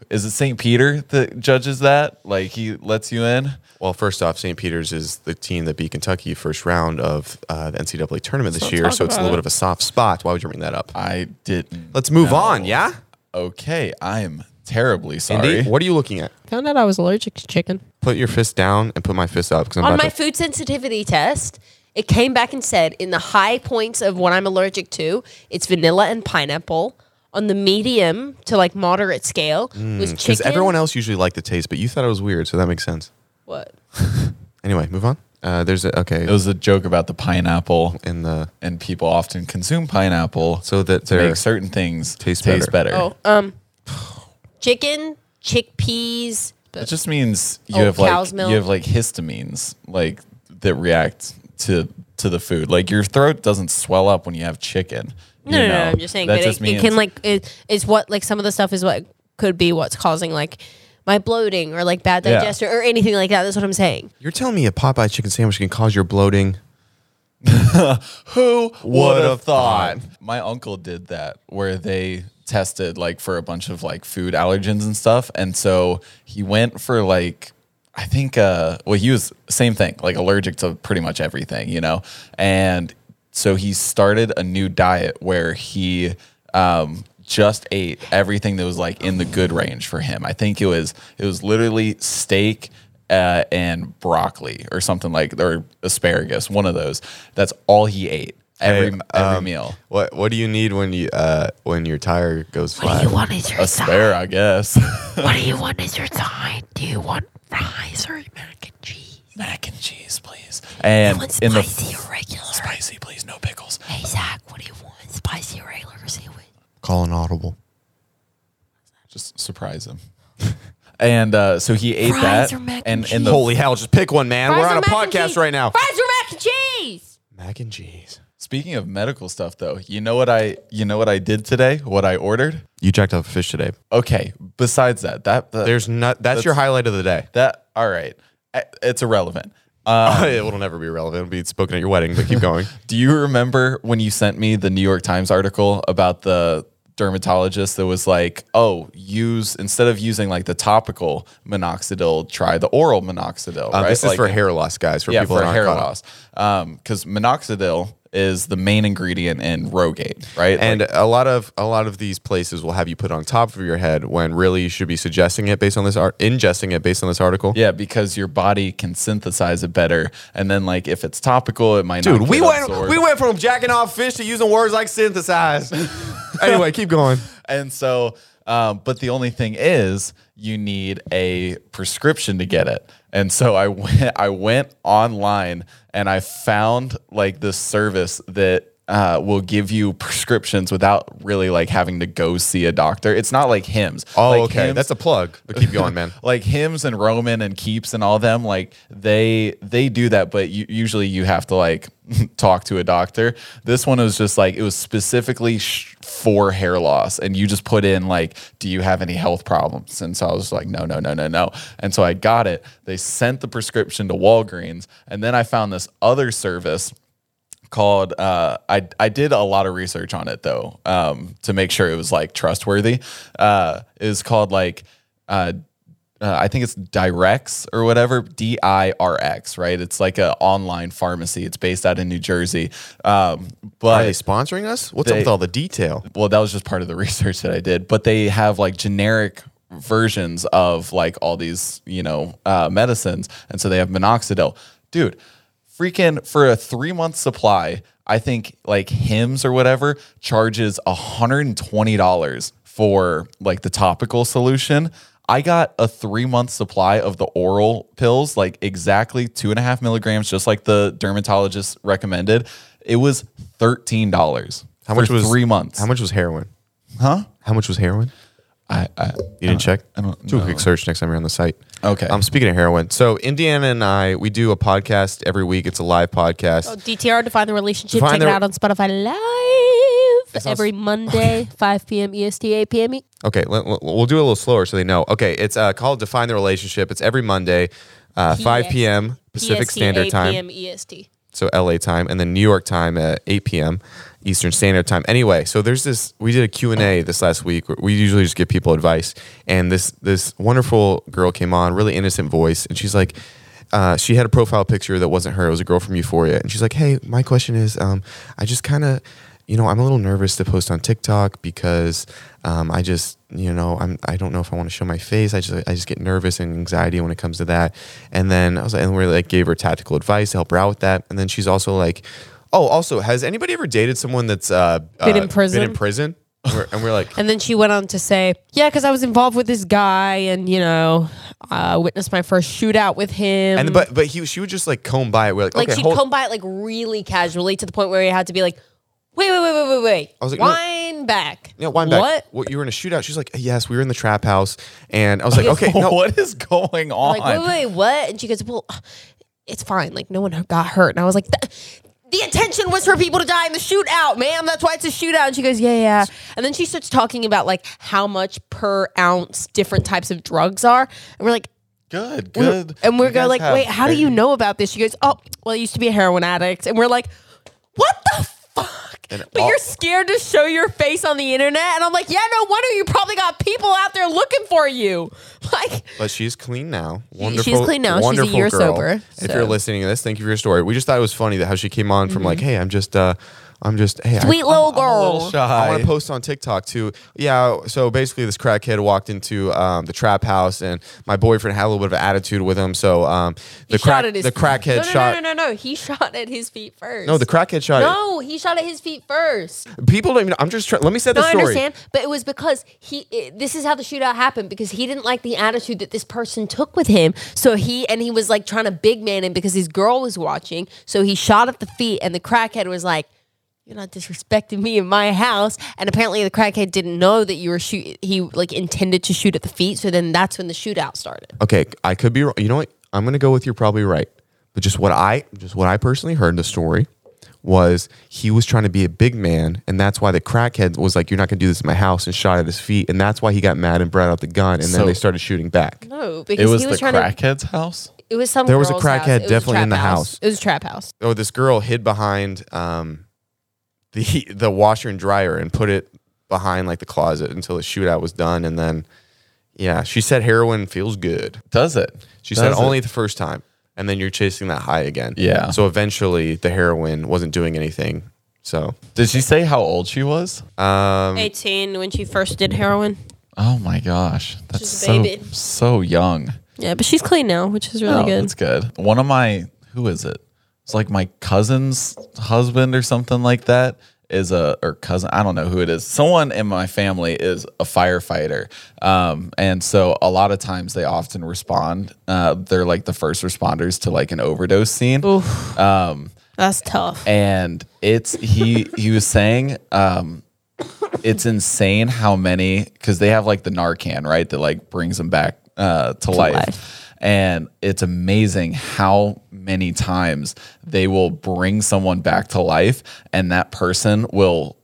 Speaker 1: is it St. Peter that judges that? Like he lets you in?
Speaker 3: Well, first off, St. Peter's is the team that beat Kentucky first round of uh, the NCAA tournament this year, so it's a little bit of a soft spot. Why would you bring that up?
Speaker 1: I didn't.
Speaker 3: Let's move on. Yeah,
Speaker 1: Okay, I'm terribly sorry.
Speaker 3: Andy, what are you looking at?
Speaker 2: Found out I was allergic to chicken.
Speaker 3: Put your fist down and put my fist up because I'm
Speaker 2: On
Speaker 3: about
Speaker 2: my
Speaker 3: to.
Speaker 2: food sensitivity test, it came back and said in the high points of what I'm allergic to, it's vanilla and pineapple. On the medium to like moderate scale
Speaker 1: Hmm.
Speaker 2: was
Speaker 3: Because
Speaker 2: chicken.
Speaker 3: everyone else usually liked the taste, but you thought it was weird, so that makes sense.
Speaker 2: what?
Speaker 3: Anyway, move on. Uh, there's a, okay
Speaker 1: it was a joke about the pineapple,
Speaker 3: in the
Speaker 1: and people often consume pineapple
Speaker 3: so that
Speaker 1: to
Speaker 3: there.
Speaker 1: make certain things
Speaker 3: Taste
Speaker 1: taste,
Speaker 3: better.
Speaker 1: better.
Speaker 2: Oh, um, chicken, chickpeas.
Speaker 1: It just means you
Speaker 2: Oh,
Speaker 1: have like
Speaker 2: cow's milk.
Speaker 1: you have like histamines like that react to to the food. Like your throat doesn't swell up when you have chicken. you
Speaker 2: No, no, no,
Speaker 1: know?
Speaker 2: I'm just saying
Speaker 1: that
Speaker 2: that,
Speaker 1: just
Speaker 2: it,
Speaker 1: means
Speaker 2: it can like it is what like some of the stuff is what could be what's causing like my bloating or like bad
Speaker 1: Yeah.
Speaker 2: digestion or anything like that. That's what I'm saying.
Speaker 3: You're telling me a Popeye chicken sandwich can cause your bloating?
Speaker 1: who would
Speaker 3: have
Speaker 1: have thought? My uncle did that where they tested like for a bunch of like food allergens and stuff, and so he went for like. I think uh well he was same thing, like allergic to pretty much everything, you know. And So he started a new diet where he um, just ate everything that was like in the good range for him. I think it was it was literally steak uh, and broccoli or something like or asparagus, one of those. That's all he ate every
Speaker 3: Hey,
Speaker 1: every
Speaker 3: um,
Speaker 1: meal.
Speaker 3: What What do you need when you uh when your tire goes
Speaker 6: What
Speaker 3: flat?
Speaker 6: do you want is your
Speaker 1: A spare, I guess. [LAUGHS]
Speaker 6: sign? What do you want is your sign? Do you want fries or mac and cheese?
Speaker 1: Mac and cheese, please. And
Speaker 6: Want
Speaker 1: in the
Speaker 6: spicy or regular?
Speaker 1: spicy, please, no pickles.
Speaker 6: Hey Zach, what do you want? Spicy or regular or sandwich?
Speaker 3: Call an audible.
Speaker 1: Just surprise him. [LAUGHS] and uh, so he ate
Speaker 6: Fries
Speaker 1: that,
Speaker 6: or mac and
Speaker 1: and in the
Speaker 3: Holy hell! Just pick one, man. We're on a podcast right now.
Speaker 2: Fries or mac and cheese?
Speaker 3: Mac and cheese.
Speaker 1: Speaking of medical stuff though, you know what I you know what I did today? What I ordered?
Speaker 3: You jacked up a fish today.
Speaker 1: Okay, besides that, that, that
Speaker 3: There's not. That's, your highlight of the day.
Speaker 1: that all right. I- It's irrelevant. Uh,
Speaker 3: [LAUGHS] It'll never be relevant. It'll be spoken at your wedding. But keep going.
Speaker 1: do you remember when you sent me the New York Times article about the dermatologist that was like, "Oh, use instead of using like the topical minoxidil, try the oral minoxidil."
Speaker 3: Uh,
Speaker 1: [LAUGHS] right?
Speaker 3: This is
Speaker 1: Like-
Speaker 3: for hair loss, guys. For
Speaker 1: yeah,
Speaker 3: people
Speaker 1: for
Speaker 3: that aren't
Speaker 1: hair
Speaker 3: caught up.
Speaker 1: loss. Because minoxidil is the main ingredient in Rogaine, right?
Speaker 3: And a lot of a lot of these places will have you put it on top of your head when really you should be suggesting it based on this art, ingesting it based on this article.
Speaker 1: Yeah, because your body can synthesize it better, and then like if it's topical, it might.
Speaker 3: Dude,
Speaker 1: not
Speaker 3: we
Speaker 1: get
Speaker 3: went
Speaker 1: absorbed.
Speaker 3: we went from jacking off fish to using words like
Speaker 1: [LAUGHS]
Speaker 3: synthesized. anyway, keep going.
Speaker 1: and so, um, but the only thing is, you need a prescription to get it. And so I [LAUGHS] went, I went online and I found like this service that. Uh, will give you prescriptions without really like having to go see a doctor. It's not like Hims. [LAUGHS]
Speaker 3: Oh,
Speaker 1: Like,
Speaker 3: okay,
Speaker 1: Hims-
Speaker 3: that's a plug. But keep going, man.
Speaker 1: [LAUGHS] like hymns and Roman and Keeps and all them, like they they do that, but you, usually you have to like [LAUGHS] talk to a doctor. This one was just like it was specifically sh- for hair loss, and you just put in like, do you have any health problems? And so I was like, no, no, no, no, no. And so I got it. They sent the prescription to Walgreens, and then I found this other service called uh, I, I did a lot of research on it though um, to make sure it was like trustworthy uh, it was called like uh, uh, I think it's Direx or whatever, D I R X, right? It's like an online pharmacy. It's based out in New Jersey, um,
Speaker 3: Are
Speaker 1: but
Speaker 3: they sponsoring us? What's
Speaker 1: They-
Speaker 3: up with all the detail?
Speaker 1: well, that was just part of the [LAUGHS] research that I did, but they have like generic versions of like all these, you know, uh, medicines. And so they have minoxidil. Dude, freaking for a three month supply, I think like Hims or whatever charges $120 for like the topical solution. I got a three month supply of the oral pills, like exactly two and a half milligrams, just like the dermatologist recommended. It was $13.
Speaker 3: How much
Speaker 1: for
Speaker 3: was
Speaker 1: three months?
Speaker 3: How much was heroin? Huh? How much was heroin?
Speaker 1: I, I
Speaker 3: You didn't check? I
Speaker 1: don't
Speaker 3: Do a
Speaker 1: know.
Speaker 3: quick search next time you're on the site.
Speaker 1: Okay.
Speaker 3: I'm Um, speaking of heroin. So Indiana and I, we do a podcast every week. It's a live podcast.
Speaker 2: DTR Define the Relationship.
Speaker 3: Define
Speaker 2: Check
Speaker 3: the-
Speaker 2: it out on Spotify Live
Speaker 3: sounds-
Speaker 2: every
Speaker 3: [LAUGHS]
Speaker 2: Monday, 5 p.m. EST, 8 p.m. E-
Speaker 3: Okay, let, let- we'll do it a little slower so they know. Okay, it's uh, called Define the Relationship. It's every Monday, uh, 5
Speaker 2: PST,
Speaker 3: p.m. Pacific
Speaker 2: PST,
Speaker 3: Standard
Speaker 2: 8
Speaker 3: Time,
Speaker 2: p.m. EST.
Speaker 3: so LA time, and then New York time at 8 p.m. Eastern Standard Time. Anyway, so there's this. We did a Q and A this last week. We usually just give people advice, and this this wonderful girl came on, really innocent voice, and she's like. Uh, she had a profile picture that wasn't her. It was a girl from Euphoria, and she's like, "Hey, my question is, um, I just kind of you know, I'm a little nervous to post on TikTok because um, I just, you know, I'm I don't know if I want to show my face. I just I just get nervous and anxiety when it comes to that. And then I was like, and we like gave her tactical advice to help her out with that. And then she's also like, oh, also, has anybody ever dated someone that's uh,
Speaker 2: Been
Speaker 3: uh,
Speaker 2: in prison?
Speaker 3: Been in prison? And we're, and we're like,
Speaker 2: And then she went on to say, Yeah, because I was involved with this guy and, you know, uh, witnessed my first shootout with him.
Speaker 3: and but but he she would just like comb by it. We're like,
Speaker 2: like
Speaker 3: okay,
Speaker 2: she'd
Speaker 3: hold,
Speaker 2: come by it like really casually to the point where you had to be like, Wait, wait, wait, wait, wait, wait.
Speaker 3: I was like, no.
Speaker 2: Wind back.
Speaker 3: yeah, wind back.
Speaker 2: What?
Speaker 3: What you were in a shootout? She's like, yes, we were in the trap house, and
Speaker 2: [LAUGHS]
Speaker 3: I was like,
Speaker 1: [LAUGHS]
Speaker 3: okay, no,
Speaker 1: what is going on?
Speaker 2: like, wait, wait, what? And she goes, well, it's fine. Like, no one got hurt. And I was like, "Th- the intention was for people to die in the shootout, ma'am. That's why it's a shootout. And she goes, yeah, yeah. And then she starts talking about like how much per ounce different types of drugs are. And we're like, "Mm."
Speaker 1: Good, good.
Speaker 2: and we're
Speaker 1: You
Speaker 2: going
Speaker 1: guys
Speaker 2: like,
Speaker 1: have
Speaker 2: wait, how do you
Speaker 1: very-
Speaker 2: know about this? She goes, oh, well, I used to be a heroin addict. And we're like, what the fuck?
Speaker 3: And
Speaker 2: But
Speaker 3: all-
Speaker 2: you're scared to show your face on the internet, and I'm like, yeah, no wonder you probably got people out there looking for you. [LAUGHS] Like,
Speaker 3: But she's clean now.
Speaker 2: she's
Speaker 3: Wonderful,
Speaker 2: clean now. She's a
Speaker 3: wonderful
Speaker 2: year
Speaker 3: girl.
Speaker 2: sober,
Speaker 3: If
Speaker 2: so. Mm-hmm.
Speaker 3: you're listening to this, thank you for your story. We just thought it was funny that how she came on from like, hey, I'm just, uh, I'm just, hey, I-
Speaker 2: sweet little
Speaker 1: I'm a
Speaker 2: girl.
Speaker 1: little shy.
Speaker 3: I want to post on TikTok too. Yeah, so basically, this crackhead walked into um, the trap house, and my boyfriend had a little bit of an attitude with him. So um, the
Speaker 2: He shot
Speaker 3: crack,
Speaker 2: at his
Speaker 3: the
Speaker 2: feet.
Speaker 3: crackhead
Speaker 2: no, no,
Speaker 3: shot.
Speaker 2: No, no, no, no. He [LAUGHS] shot at his feet first.
Speaker 3: No, the crackhead shot.
Speaker 2: No, he shot at his feet first.
Speaker 3: People don't even. I'm just trying. Let me set
Speaker 2: No,
Speaker 3: the
Speaker 2: I
Speaker 3: story.
Speaker 2: understand, but it was because he. It, this is how the shootout happened because he didn't like the attitude that this person took with him. So he and he was like trying to big man him because his girl was watching. So he shot at the feet, and the crackhead was like, "You're not disrespecting me in my house." And apparently, the crackhead didn't know that you were shoot. He like intended to shoot at the feet. So then that's when the shootout started.
Speaker 3: Okay, I could be. wrong. You know what? I'm gonna go with you're probably right, but just what I just what I personally heard in the story was he was trying to be a big man, and that's why the crackhead was like, "You're not gonna do this in my house," and shot at his feet, and that's why he got mad and brought out the gun, and
Speaker 1: So-
Speaker 3: then they started shooting back.
Speaker 2: No,
Speaker 1: It
Speaker 2: because
Speaker 1: was
Speaker 2: he was
Speaker 1: the
Speaker 2: trying to.
Speaker 1: crackhead's house.
Speaker 2: It was some.
Speaker 3: There was a
Speaker 2: girl's house.
Speaker 3: crackhead
Speaker 2: It was a
Speaker 3: definitely in
Speaker 2: trap
Speaker 3: the house.
Speaker 2: It was a trap house.
Speaker 3: Oh, this girl hid behind um, the [LAUGHS] the washer and dryer and put it behind like the closet until the shootout was done, and then yeah, she said heroin feels good.
Speaker 1: Does it?
Speaker 3: She
Speaker 1: Does
Speaker 3: said
Speaker 1: it?
Speaker 3: only the first time, and then you're chasing that high again.
Speaker 1: Yeah.
Speaker 3: So eventually, the heroin wasn't doing anything. So
Speaker 1: Did she say how old she was?
Speaker 3: um,
Speaker 2: 18 when she first did heroin.
Speaker 1: Oh my gosh, that's
Speaker 2: She's a
Speaker 1: so
Speaker 2: baby.
Speaker 1: so young.
Speaker 2: Yeah, but she's clean now, which is really
Speaker 1: Oh,
Speaker 2: good.
Speaker 1: That's good. One of my who is it? It's like my cousin's husband or something like that is a or cousin. I don't know who it is. Someone in my family is a firefighter, um, and so a lot of times they often respond. Uh, they're like the first responders to like an overdose scene.
Speaker 2: That's tough.
Speaker 1: and it's he he was saying um it's insane how many because they have like the narcan right that like brings them back uh to, life. and it's amazing how many times they will bring someone back to life and that person will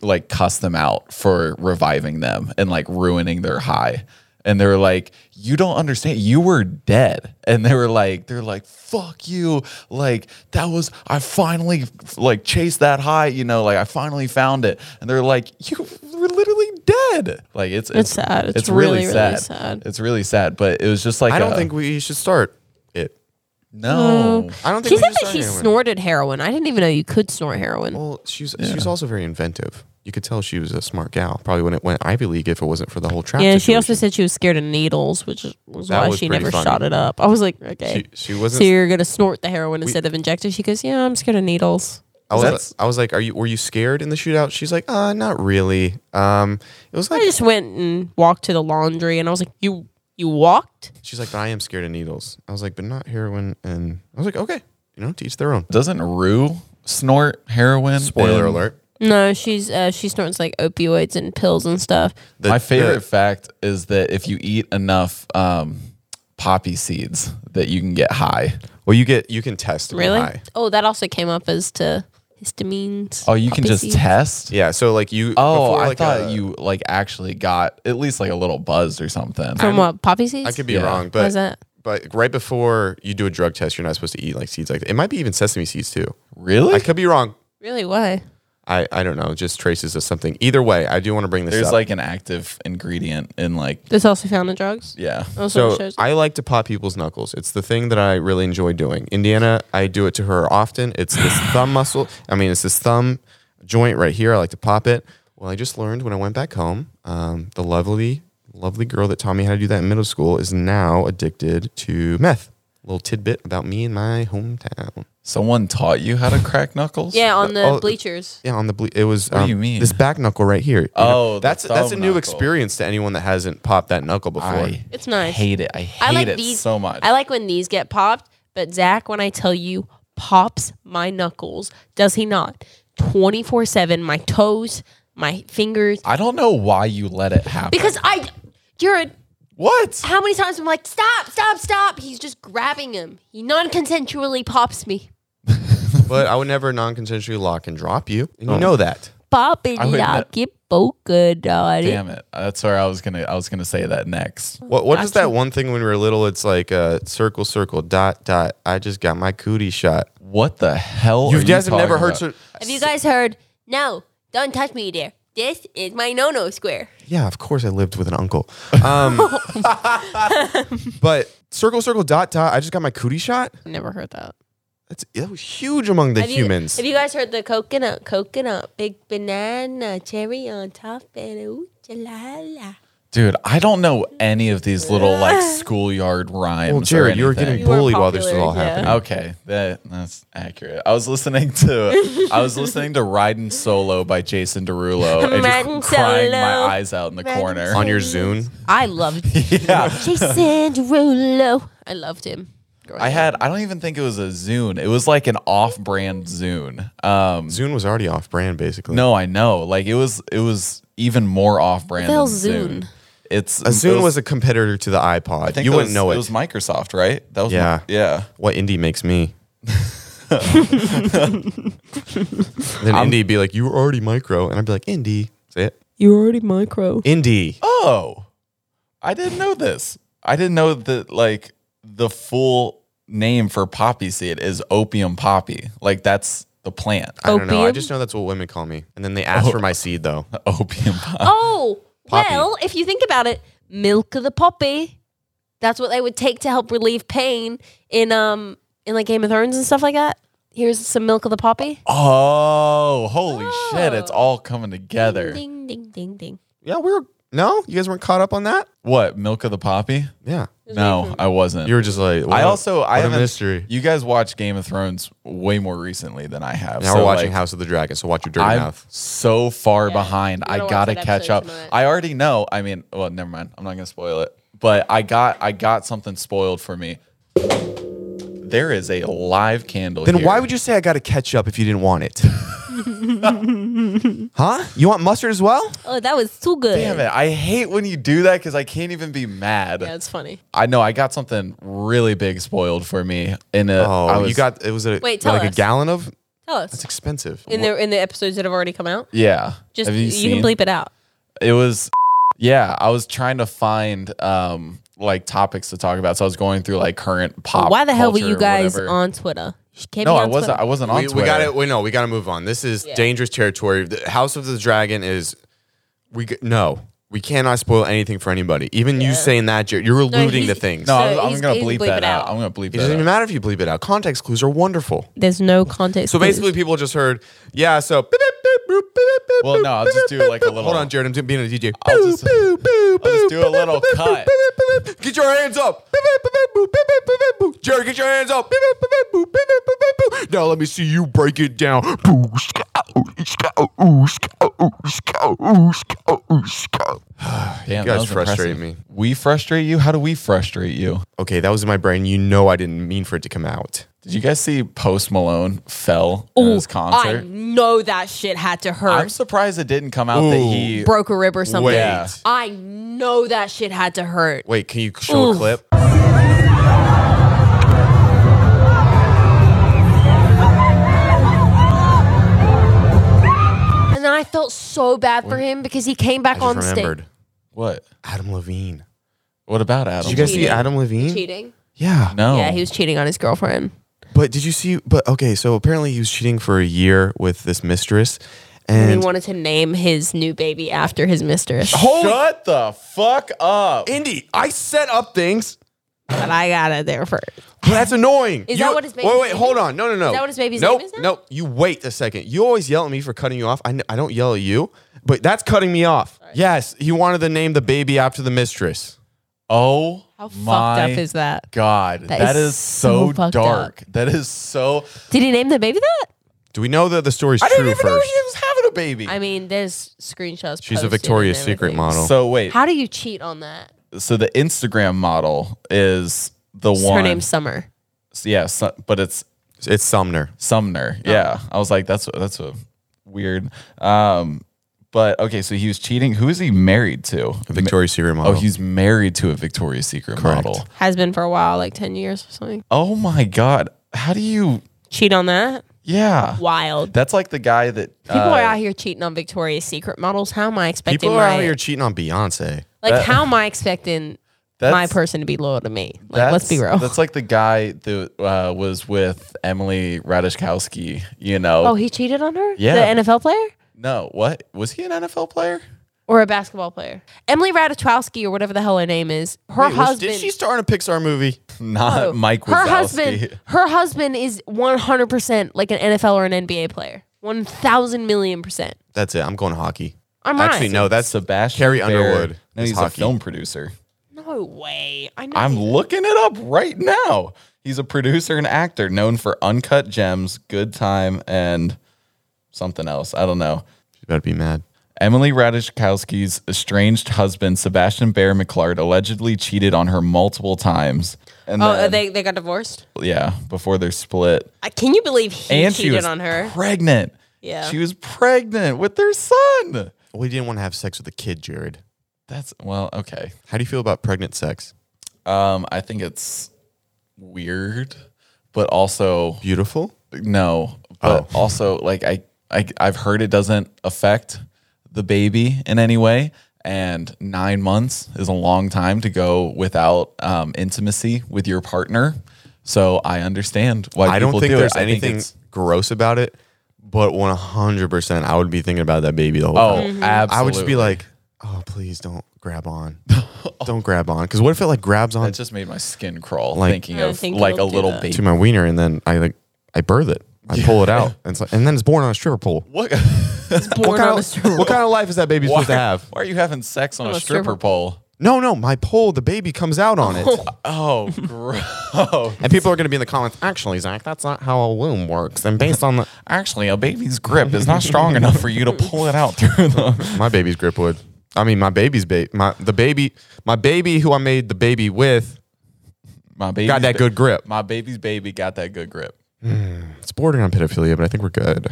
Speaker 1: like cuss them out for reviving them and like ruining their high. And they were like, you don't understand. You were dead. And they were like, they're like, fuck you. Like, that was, I finally like chased that high, you know, like I finally found it. And they're like, you were literally dead. Like, it's, it's,
Speaker 2: sad. It's really, really sad.
Speaker 1: It's really sad. But it was just like,
Speaker 3: I don't
Speaker 1: a-
Speaker 3: think we should start it.
Speaker 1: no.
Speaker 3: I don't think
Speaker 2: She
Speaker 3: we
Speaker 2: said
Speaker 3: should
Speaker 2: that
Speaker 3: start
Speaker 2: she
Speaker 3: heroin.
Speaker 2: snorted heroin. I didn't even know you could snort heroin.
Speaker 3: Well, she's she's also very inventive. You could tell she was a smart gal. Probably wouldn't went Ivy League if it wasn't for the whole trap.
Speaker 2: yeah, she
Speaker 3: situation.
Speaker 2: also said she was scared of needles, which is- was
Speaker 3: That
Speaker 2: why
Speaker 3: was
Speaker 2: she
Speaker 3: pretty
Speaker 2: never
Speaker 3: funny.
Speaker 2: shot it up. I was like, okay.
Speaker 3: She- she wasn't-
Speaker 2: So you're gonna snort the heroin instead of inject it? She goes, yeah, I'm scared of needles.
Speaker 3: I was,
Speaker 1: That's-
Speaker 3: I was like, "Are you? Were you scared in the shootout?" She's like, "Uh, not really." Um, it was
Speaker 2: I
Speaker 3: like
Speaker 2: just went and walked to the laundry, and I was like, you you walked?
Speaker 3: she's like, "But I am scared of needles." I was like, "But not heroin." And I was like, "Okay, you know, to each their own."
Speaker 1: Doesn't Rue snort heroin?
Speaker 3: Spoiler
Speaker 1: And-
Speaker 3: alert.
Speaker 2: No, she's uh, she snorts like opioids and pills and stuff.
Speaker 3: The-
Speaker 1: My
Speaker 3: the-
Speaker 1: favorite fact is that if you eat enough um, poppy seeds, that you can get high.
Speaker 3: Well, you get you can test to be
Speaker 2: Really?
Speaker 3: high.
Speaker 2: Oh, that also came up as to histamines.
Speaker 1: Oh, you can
Speaker 2: poppy
Speaker 1: just
Speaker 2: seeds.
Speaker 1: test.
Speaker 3: Yeah. So like you.
Speaker 1: Oh,
Speaker 3: before,
Speaker 1: I
Speaker 3: like, uh,
Speaker 1: thought
Speaker 3: a-
Speaker 1: you like actually got at least like a little buzzed or something.
Speaker 2: From what? Poppy seeds?
Speaker 3: I could be
Speaker 1: Yeah.
Speaker 3: wrong,
Speaker 2: What is
Speaker 3: but
Speaker 2: that?
Speaker 3: but right before you do a drug test, you're not supposed to eat like seeds like that. It might be even sesame seeds too.
Speaker 1: Really?
Speaker 3: I could be wrong.
Speaker 2: Really? Why?
Speaker 3: I, I don't know. It Just traces of something. Either way, I do want to bring this
Speaker 1: There's
Speaker 3: up.
Speaker 1: like an active ingredient in like
Speaker 2: This also found in drugs.
Speaker 1: yeah.
Speaker 2: Also
Speaker 3: so
Speaker 2: shows.
Speaker 3: I like to pop people's knuckles. It's the thing that I really enjoy doing. Indiana, I do it to her often. It's this thumb muscle. I mean, it's this thumb joint right here. I like to pop it. Well, I just learned when I went back home, um, the lovely, lovely girl that taught me how to do that in middle school is now addicted to meth. Little tidbit about me and my hometown.
Speaker 1: Someone taught you how to crack knuckles?
Speaker 2: yeah, on the
Speaker 3: oh,
Speaker 2: bleachers.
Speaker 3: Yeah, on the ble- it was. What
Speaker 1: do you mean?
Speaker 3: This back knuckle right here. You
Speaker 1: Oh, the
Speaker 3: that's that's a
Speaker 1: thumb
Speaker 3: new
Speaker 1: knuckle.
Speaker 3: experience to anyone that hasn't popped that knuckle before.
Speaker 1: I
Speaker 2: It's nice.
Speaker 1: hate it. I hate
Speaker 2: I like
Speaker 1: it
Speaker 2: these
Speaker 1: so much.
Speaker 2: I like when these get popped, but Zach, when I tell you, pops my knuckles. Does he not? Twenty four seven. My toes, my fingers.
Speaker 1: I don't know why you let it happen.
Speaker 2: Because I, Jared,
Speaker 1: what?
Speaker 2: how many times I'm like, stop, stop, stop. He's just grabbing him. He non consensually pops me.
Speaker 3: But I would never non-consensually lock and drop you, and
Speaker 1: Oh.
Speaker 3: you know that.
Speaker 2: Pop and
Speaker 1: I would
Speaker 2: lock
Speaker 1: not-
Speaker 2: it, polka dot it.
Speaker 1: Damn it. That's where I was gonna I was gonna say that next.
Speaker 3: What what is that one thing when we were little? It's like a circle, circle, dot, dot. I just got my cootie shot.
Speaker 1: What the hell? are
Speaker 3: You guys have
Speaker 1: talking
Speaker 3: never heard.
Speaker 1: about?
Speaker 3: Sir-
Speaker 2: Have you guys heard? No, don't touch me there. This is my no no square.
Speaker 3: Yeah, of course I lived with an uncle.
Speaker 7: [LAUGHS]
Speaker 3: Um, but circle, circle, dot, dot. I just got my cootie shot.
Speaker 7: Never heard that.
Speaker 3: That's that was huge among the
Speaker 2: Have you-
Speaker 3: humans.
Speaker 2: have you guys heard the coconut, coconut, big banana, cherry on top, and ooh, jalala?
Speaker 1: Dude, I don't know any of these little like schoolyard rhymes.
Speaker 3: well, Jared,
Speaker 1: or
Speaker 3: you were
Speaker 1: anything.
Speaker 3: getting
Speaker 7: You were
Speaker 3: bullied while this was
Speaker 7: popular,
Speaker 3: all
Speaker 7: yeah.
Speaker 3: happening.
Speaker 1: Okay, that that's accurate. I was listening to I was listening to Riding Solo by Jason Derulo and
Speaker 2: Riding
Speaker 1: just crying
Speaker 2: solo.
Speaker 1: my eyes out in the corner.
Speaker 3: On your Zune,
Speaker 2: I
Speaker 1: [LAUGHS]
Speaker 2: loved
Speaker 1: yeah.
Speaker 2: Jason Derulo. I loved him. growing
Speaker 1: I
Speaker 2: up.
Speaker 1: had I don't even think it was a Zune. It was like an off-brand Zune. Um
Speaker 3: Zune was already off brand, basically.
Speaker 1: no, I know. Like it was it was even more off-brand
Speaker 2: What
Speaker 1: than
Speaker 2: the hell's
Speaker 1: Zune.
Speaker 2: Zune?
Speaker 1: It's
Speaker 3: a Zune was, a competitor to the iPod.
Speaker 1: I think
Speaker 3: you
Speaker 1: that
Speaker 3: wouldn't
Speaker 1: was-
Speaker 3: know it.
Speaker 1: It was Microsoft, right? That was
Speaker 3: Yeah.
Speaker 1: Mi- yeah.
Speaker 3: what indie makes [LAUGHS] me. then indie be like, you were already micro, and I'd be like, indie. Say it.
Speaker 7: You're already micro.
Speaker 3: Indie.
Speaker 1: Oh, I didn't know this. I didn't know that like the full name for poppy seed is opium poppy. Like that's the plant.
Speaker 3: I don't know. I
Speaker 2: Opium?
Speaker 3: just know that's what women call me. And then they ask for my seed though.
Speaker 1: [LAUGHS] Opium poppy.
Speaker 2: Oh,
Speaker 3: Poppy.
Speaker 2: well, if you think about it, milk of the poppy. That's what they would take to help relieve pain in um in like Game of Thrones and stuff like that. Here's some milk of the poppy.
Speaker 1: Oh, holy shit. It's all coming together.
Speaker 2: Oh. Ding ding ding ding.
Speaker 3: Yeah, we were. No, you guys weren't caught up on that.
Speaker 1: What? Milk of the poppy?
Speaker 3: Yeah,
Speaker 1: No, I wasn't.
Speaker 3: you were just like.
Speaker 1: I also I
Speaker 3: have
Speaker 1: haven't
Speaker 3: a mystery.
Speaker 1: You guys watch Game of Thrones way more recently than I have.
Speaker 3: Now we're watching
Speaker 1: like,
Speaker 3: House of the Dragon, so watch your dirty
Speaker 1: I'm
Speaker 3: mouth.
Speaker 1: so far behind.
Speaker 2: gotta
Speaker 1: I
Speaker 2: watch
Speaker 1: gotta
Speaker 2: that
Speaker 1: catch
Speaker 2: episode
Speaker 1: up.
Speaker 2: tonight.
Speaker 1: I already know. I mean, well, never mind. I'm not gonna spoil it. But I got I got something spoiled for me. There is a live candle.
Speaker 3: Then
Speaker 1: here.
Speaker 3: why would you say I got to catch up if you didn't want [LAUGHS] it? huh? You want mustard as well?
Speaker 2: Oh, that was too good.
Speaker 1: Damn it! I hate when you do that because I can't even be mad.
Speaker 2: Yeah, it's funny.
Speaker 1: I know I got something really big spoiled for me. In a,
Speaker 3: Oh,
Speaker 1: I was,
Speaker 3: you got it was a
Speaker 2: Wait, tell
Speaker 3: like
Speaker 2: us.
Speaker 3: a gallon of.
Speaker 2: Tell
Speaker 3: It's
Speaker 2: us.
Speaker 3: expensive.
Speaker 2: In the in the episodes that have already come out.
Speaker 1: yeah.
Speaker 2: Just
Speaker 1: Have
Speaker 2: you,
Speaker 1: seen?
Speaker 2: can bleep it out.
Speaker 1: it was yeah i was trying to find um like topics to talk about so i was going through like current pop
Speaker 2: Why the hell were
Speaker 1: culture
Speaker 2: you
Speaker 1: or
Speaker 2: guys
Speaker 1: whatever.
Speaker 2: on Twitter? You can't
Speaker 1: no
Speaker 2: be
Speaker 1: i
Speaker 2: on
Speaker 1: wasn't i
Speaker 2: Twitter.
Speaker 1: wasn't on
Speaker 3: we,
Speaker 1: Twitter.
Speaker 3: we got to we no we got to move on. This is dangerous territory. The House of the Dragon is we g- no we cannot spoil anything for anybody. Even you saying that Jared, you're alluding
Speaker 2: he's-
Speaker 3: to things.
Speaker 1: no
Speaker 2: So
Speaker 1: I'm- i'm,
Speaker 2: he's-
Speaker 1: gonna
Speaker 2: he's
Speaker 1: bleep,
Speaker 2: bleep
Speaker 1: that
Speaker 2: it
Speaker 1: out.
Speaker 2: out.
Speaker 1: i'm gonna bleep
Speaker 3: It doesn't
Speaker 1: that
Speaker 3: even
Speaker 1: out.
Speaker 3: matter if you bleep it out. Context clues are wonderful.
Speaker 2: There's no context.
Speaker 3: So
Speaker 2: clues.
Speaker 3: basically, people just heard, yeah. So, beep, beep, boop, boop, boop, boop,
Speaker 1: Well, no, I'll just do,
Speaker 3: boop,
Speaker 1: like, a
Speaker 3: boop.
Speaker 1: little-
Speaker 3: Hold on, Jared. I'm doing- being a DJ.
Speaker 1: I'll
Speaker 3: Boop,
Speaker 1: just-
Speaker 3: boop, boop,
Speaker 1: I'll just
Speaker 3: boop,
Speaker 1: do a
Speaker 3: boop,
Speaker 1: little
Speaker 3: boop, boop,
Speaker 1: cut.
Speaker 3: boop, boop, boop. Get your hands up. Boop, boop, boop, boop, boop, boop, boop, boop, boop. Jared, get your hands up. Boop, boop, boop, boop, boop, boop, boop, boop, boop. Now let me see you break it down. Boo, scout, scout, ooh, scout, ooh, scout, ooh, scout, ooh, scout.
Speaker 1: Damn,
Speaker 3: You
Speaker 1: that
Speaker 3: guys
Speaker 1: was
Speaker 3: frustrate
Speaker 1: impressive.
Speaker 3: me.
Speaker 1: we frustrate you how do we frustrate you
Speaker 3: Okay, that was in my brain. You know I didn't mean for it to come out.
Speaker 1: did you guys see post malone fell in
Speaker 2: Ooh,
Speaker 1: his concert
Speaker 2: I know that shit had to
Speaker 1: i'm
Speaker 2: hurt.
Speaker 1: surprised it didn't come out that
Speaker 3: Ooh.
Speaker 1: he
Speaker 2: Broke a rib or something.
Speaker 3: Wait.
Speaker 1: Yeah.
Speaker 2: I know that shit had to hurt.
Speaker 3: Wait, can you show a
Speaker 2: Oof.
Speaker 3: clip?
Speaker 2: And then I felt so bad for him because he came back
Speaker 3: I
Speaker 2: on
Speaker 3: just
Speaker 2: stage
Speaker 3: remembered.
Speaker 1: what
Speaker 3: Adam Levine.
Speaker 1: what about adam
Speaker 3: Did you guys see
Speaker 2: Cheating.
Speaker 3: Adam Levine?
Speaker 2: cheating.
Speaker 3: Yeah.
Speaker 1: no
Speaker 2: Yeah, he was cheating on his girlfriend.
Speaker 3: But did you see? But okay, so apparently he was cheating for a year with this mistress,
Speaker 2: And
Speaker 3: and
Speaker 2: he wanted to name his new baby after his mistress.
Speaker 3: Oh.
Speaker 1: shut the fuck up
Speaker 3: Indy, I set up things.
Speaker 2: But I got it there first.
Speaker 3: But that's annoying.
Speaker 2: Is that what his baby's
Speaker 3: Wait, wait,
Speaker 2: name
Speaker 3: hold
Speaker 2: is?
Speaker 3: on. No, no, no.
Speaker 2: Is that what his baby's
Speaker 3: nope,
Speaker 2: name is now?
Speaker 3: Nope. You wait a second. You always yell at me for cutting you off. I, kn- I don't yell at you, but that's cutting me off. Yes, he wanted to name the baby after the mistress.
Speaker 1: oh
Speaker 2: How
Speaker 1: my
Speaker 2: fucked up is that?
Speaker 1: God,
Speaker 2: That
Speaker 1: that
Speaker 2: is
Speaker 1: is,
Speaker 2: so
Speaker 1: so,
Speaker 2: fucked
Speaker 1: dark. That is so.
Speaker 2: Did he name the baby that?
Speaker 3: Do we know that the story's
Speaker 1: I
Speaker 3: true
Speaker 1: didn't even
Speaker 3: first?
Speaker 1: know she was having a baby.
Speaker 2: I mean, there's screenshots. posted
Speaker 3: She's a
Speaker 2: and
Speaker 3: Victoria's Secret
Speaker 2: everything.
Speaker 3: model.
Speaker 1: so wait,
Speaker 2: How do you cheat on that?
Speaker 1: so the Instagram model is the
Speaker 2: Her
Speaker 1: one.
Speaker 2: name's Summer.
Speaker 1: yeah, Su- but it's
Speaker 3: it's Sumner.
Speaker 1: Sumner.
Speaker 3: Oh.
Speaker 1: Yeah, I was like, that's that's a weird. Um, but okay, so he was cheating. Who is he married to?
Speaker 3: Victoria's Secret
Speaker 1: Oh,
Speaker 3: model.
Speaker 1: he's married to a Victoria's Secret
Speaker 3: Correct.
Speaker 1: model.
Speaker 2: Has been for a while, like 10 years or something.
Speaker 1: Oh my God, how do you?
Speaker 2: Cheat on that?
Speaker 1: Yeah,
Speaker 2: Wild.
Speaker 1: that's like the guy that
Speaker 2: People
Speaker 1: uh,
Speaker 2: are out here cheating on Victoria's Secret models. How am I expecting
Speaker 3: People are
Speaker 2: my,
Speaker 3: out here cheating on Beyonce.
Speaker 2: like
Speaker 1: That-
Speaker 2: how am I expecting
Speaker 1: that's-
Speaker 2: my person to be loyal to me? Like let's be real.
Speaker 1: That's like the guy that uh, was with Emily Ratajkowski. You know,
Speaker 2: Oh, he cheated on her?
Speaker 1: Yeah.
Speaker 2: The NFL player?
Speaker 1: No, what? Was he an NFL player? [LAUGHS]
Speaker 2: or a basketball player. Emily Ratajkowski or whatever the hell her name is. Her
Speaker 3: Wait, was-
Speaker 2: husband.
Speaker 3: Did she star in a Pixar movie?
Speaker 1: Not
Speaker 2: Oh,
Speaker 1: Mike Wazowski.
Speaker 2: her husband. Her husband is one hundred percent like an NFL or an NBA player. One thousand million percent.
Speaker 3: That's it. I'm going hockey.
Speaker 2: I'm
Speaker 3: Actually,
Speaker 2: right.
Speaker 3: no, that's
Speaker 1: Sebastian
Speaker 3: Carrie
Speaker 1: Fair-
Speaker 3: Underwood.
Speaker 1: No,
Speaker 3: is
Speaker 1: he's
Speaker 3: hockey.
Speaker 1: a film producer.
Speaker 2: No way. I know.
Speaker 1: I'm looking it up right now. He's a producer and actor known for Uncut Gems, Good Time, and something else. I don't know.
Speaker 3: You better be mad.
Speaker 1: Emily Ratajkowski's estranged husband, Sebastian Bear McClard, allegedly cheated on her multiple times. And
Speaker 2: oh,
Speaker 1: then-
Speaker 2: they they got divorced.
Speaker 1: yeah, before their split.
Speaker 2: Uh, Can you believe he
Speaker 1: and
Speaker 2: cheated
Speaker 1: she was
Speaker 2: on
Speaker 3: [LAUGHS]
Speaker 2: her?
Speaker 1: pregnant.
Speaker 2: Yeah.
Speaker 1: She was pregnant with their son.
Speaker 3: Well, he didn't want to have sex with a kid, Jared.
Speaker 1: That's well, okay.
Speaker 3: How do you feel about pregnant sex?
Speaker 1: Um, I think it's weird, but also
Speaker 3: Beautiful.
Speaker 1: no. But
Speaker 3: Oh.
Speaker 1: also like I, I I've heard it doesn't affect the baby in any way. And nine months is a long time to go without um, intimacy with your partner. So I understand why
Speaker 3: I don't
Speaker 1: people
Speaker 3: think
Speaker 1: do it.
Speaker 3: there's
Speaker 1: I think
Speaker 3: anything
Speaker 1: it's-
Speaker 3: gross about it, but 100%, I would be thinking about that baby the whole
Speaker 1: oh,
Speaker 3: time.
Speaker 2: Mm-hmm.
Speaker 1: absolutely. Oh.
Speaker 3: I would just be like, oh, please don't
Speaker 1: [LAUGHS]
Speaker 3: grab on. don't grab on. Because what if it like grabs on
Speaker 1: that just made my skin crawl
Speaker 3: Like-
Speaker 1: thinking
Speaker 2: I
Speaker 1: of
Speaker 2: think
Speaker 1: like a
Speaker 2: it'll do
Speaker 1: little
Speaker 2: that.
Speaker 1: baby.
Speaker 3: to my wiener and then I like, I birth it. I pull
Speaker 1: [LAUGHS]
Speaker 3: it out. And, it's like, and then it's born on a stripper pole. [LAUGHS]
Speaker 1: What?
Speaker 2: Born on
Speaker 3: kind,
Speaker 2: a
Speaker 3: of, what kind of life is that baby
Speaker 1: Why,
Speaker 3: supposed to have?
Speaker 1: why are you having sex on a
Speaker 2: a
Speaker 1: stripper,
Speaker 2: stripper
Speaker 1: pole?
Speaker 3: No, no, my pole, the baby comes out on it.
Speaker 1: [LAUGHS]
Speaker 2: [LAUGHS]
Speaker 1: Oh, gross. [LAUGHS]
Speaker 3: And people are going to be in the comments, actually, Zach, that's not how a womb works. And based [LAUGHS] on the,
Speaker 1: Actually, a baby's grip is not strong enough for you to pull it out through the.
Speaker 3: my baby's grip would. I mean, my baby's baby, my the baby, my baby who I made the baby with
Speaker 1: My baby
Speaker 3: got that good grip.
Speaker 1: My baby's baby got that good grip.
Speaker 3: It's bordering on pedophilia, but I think we're good.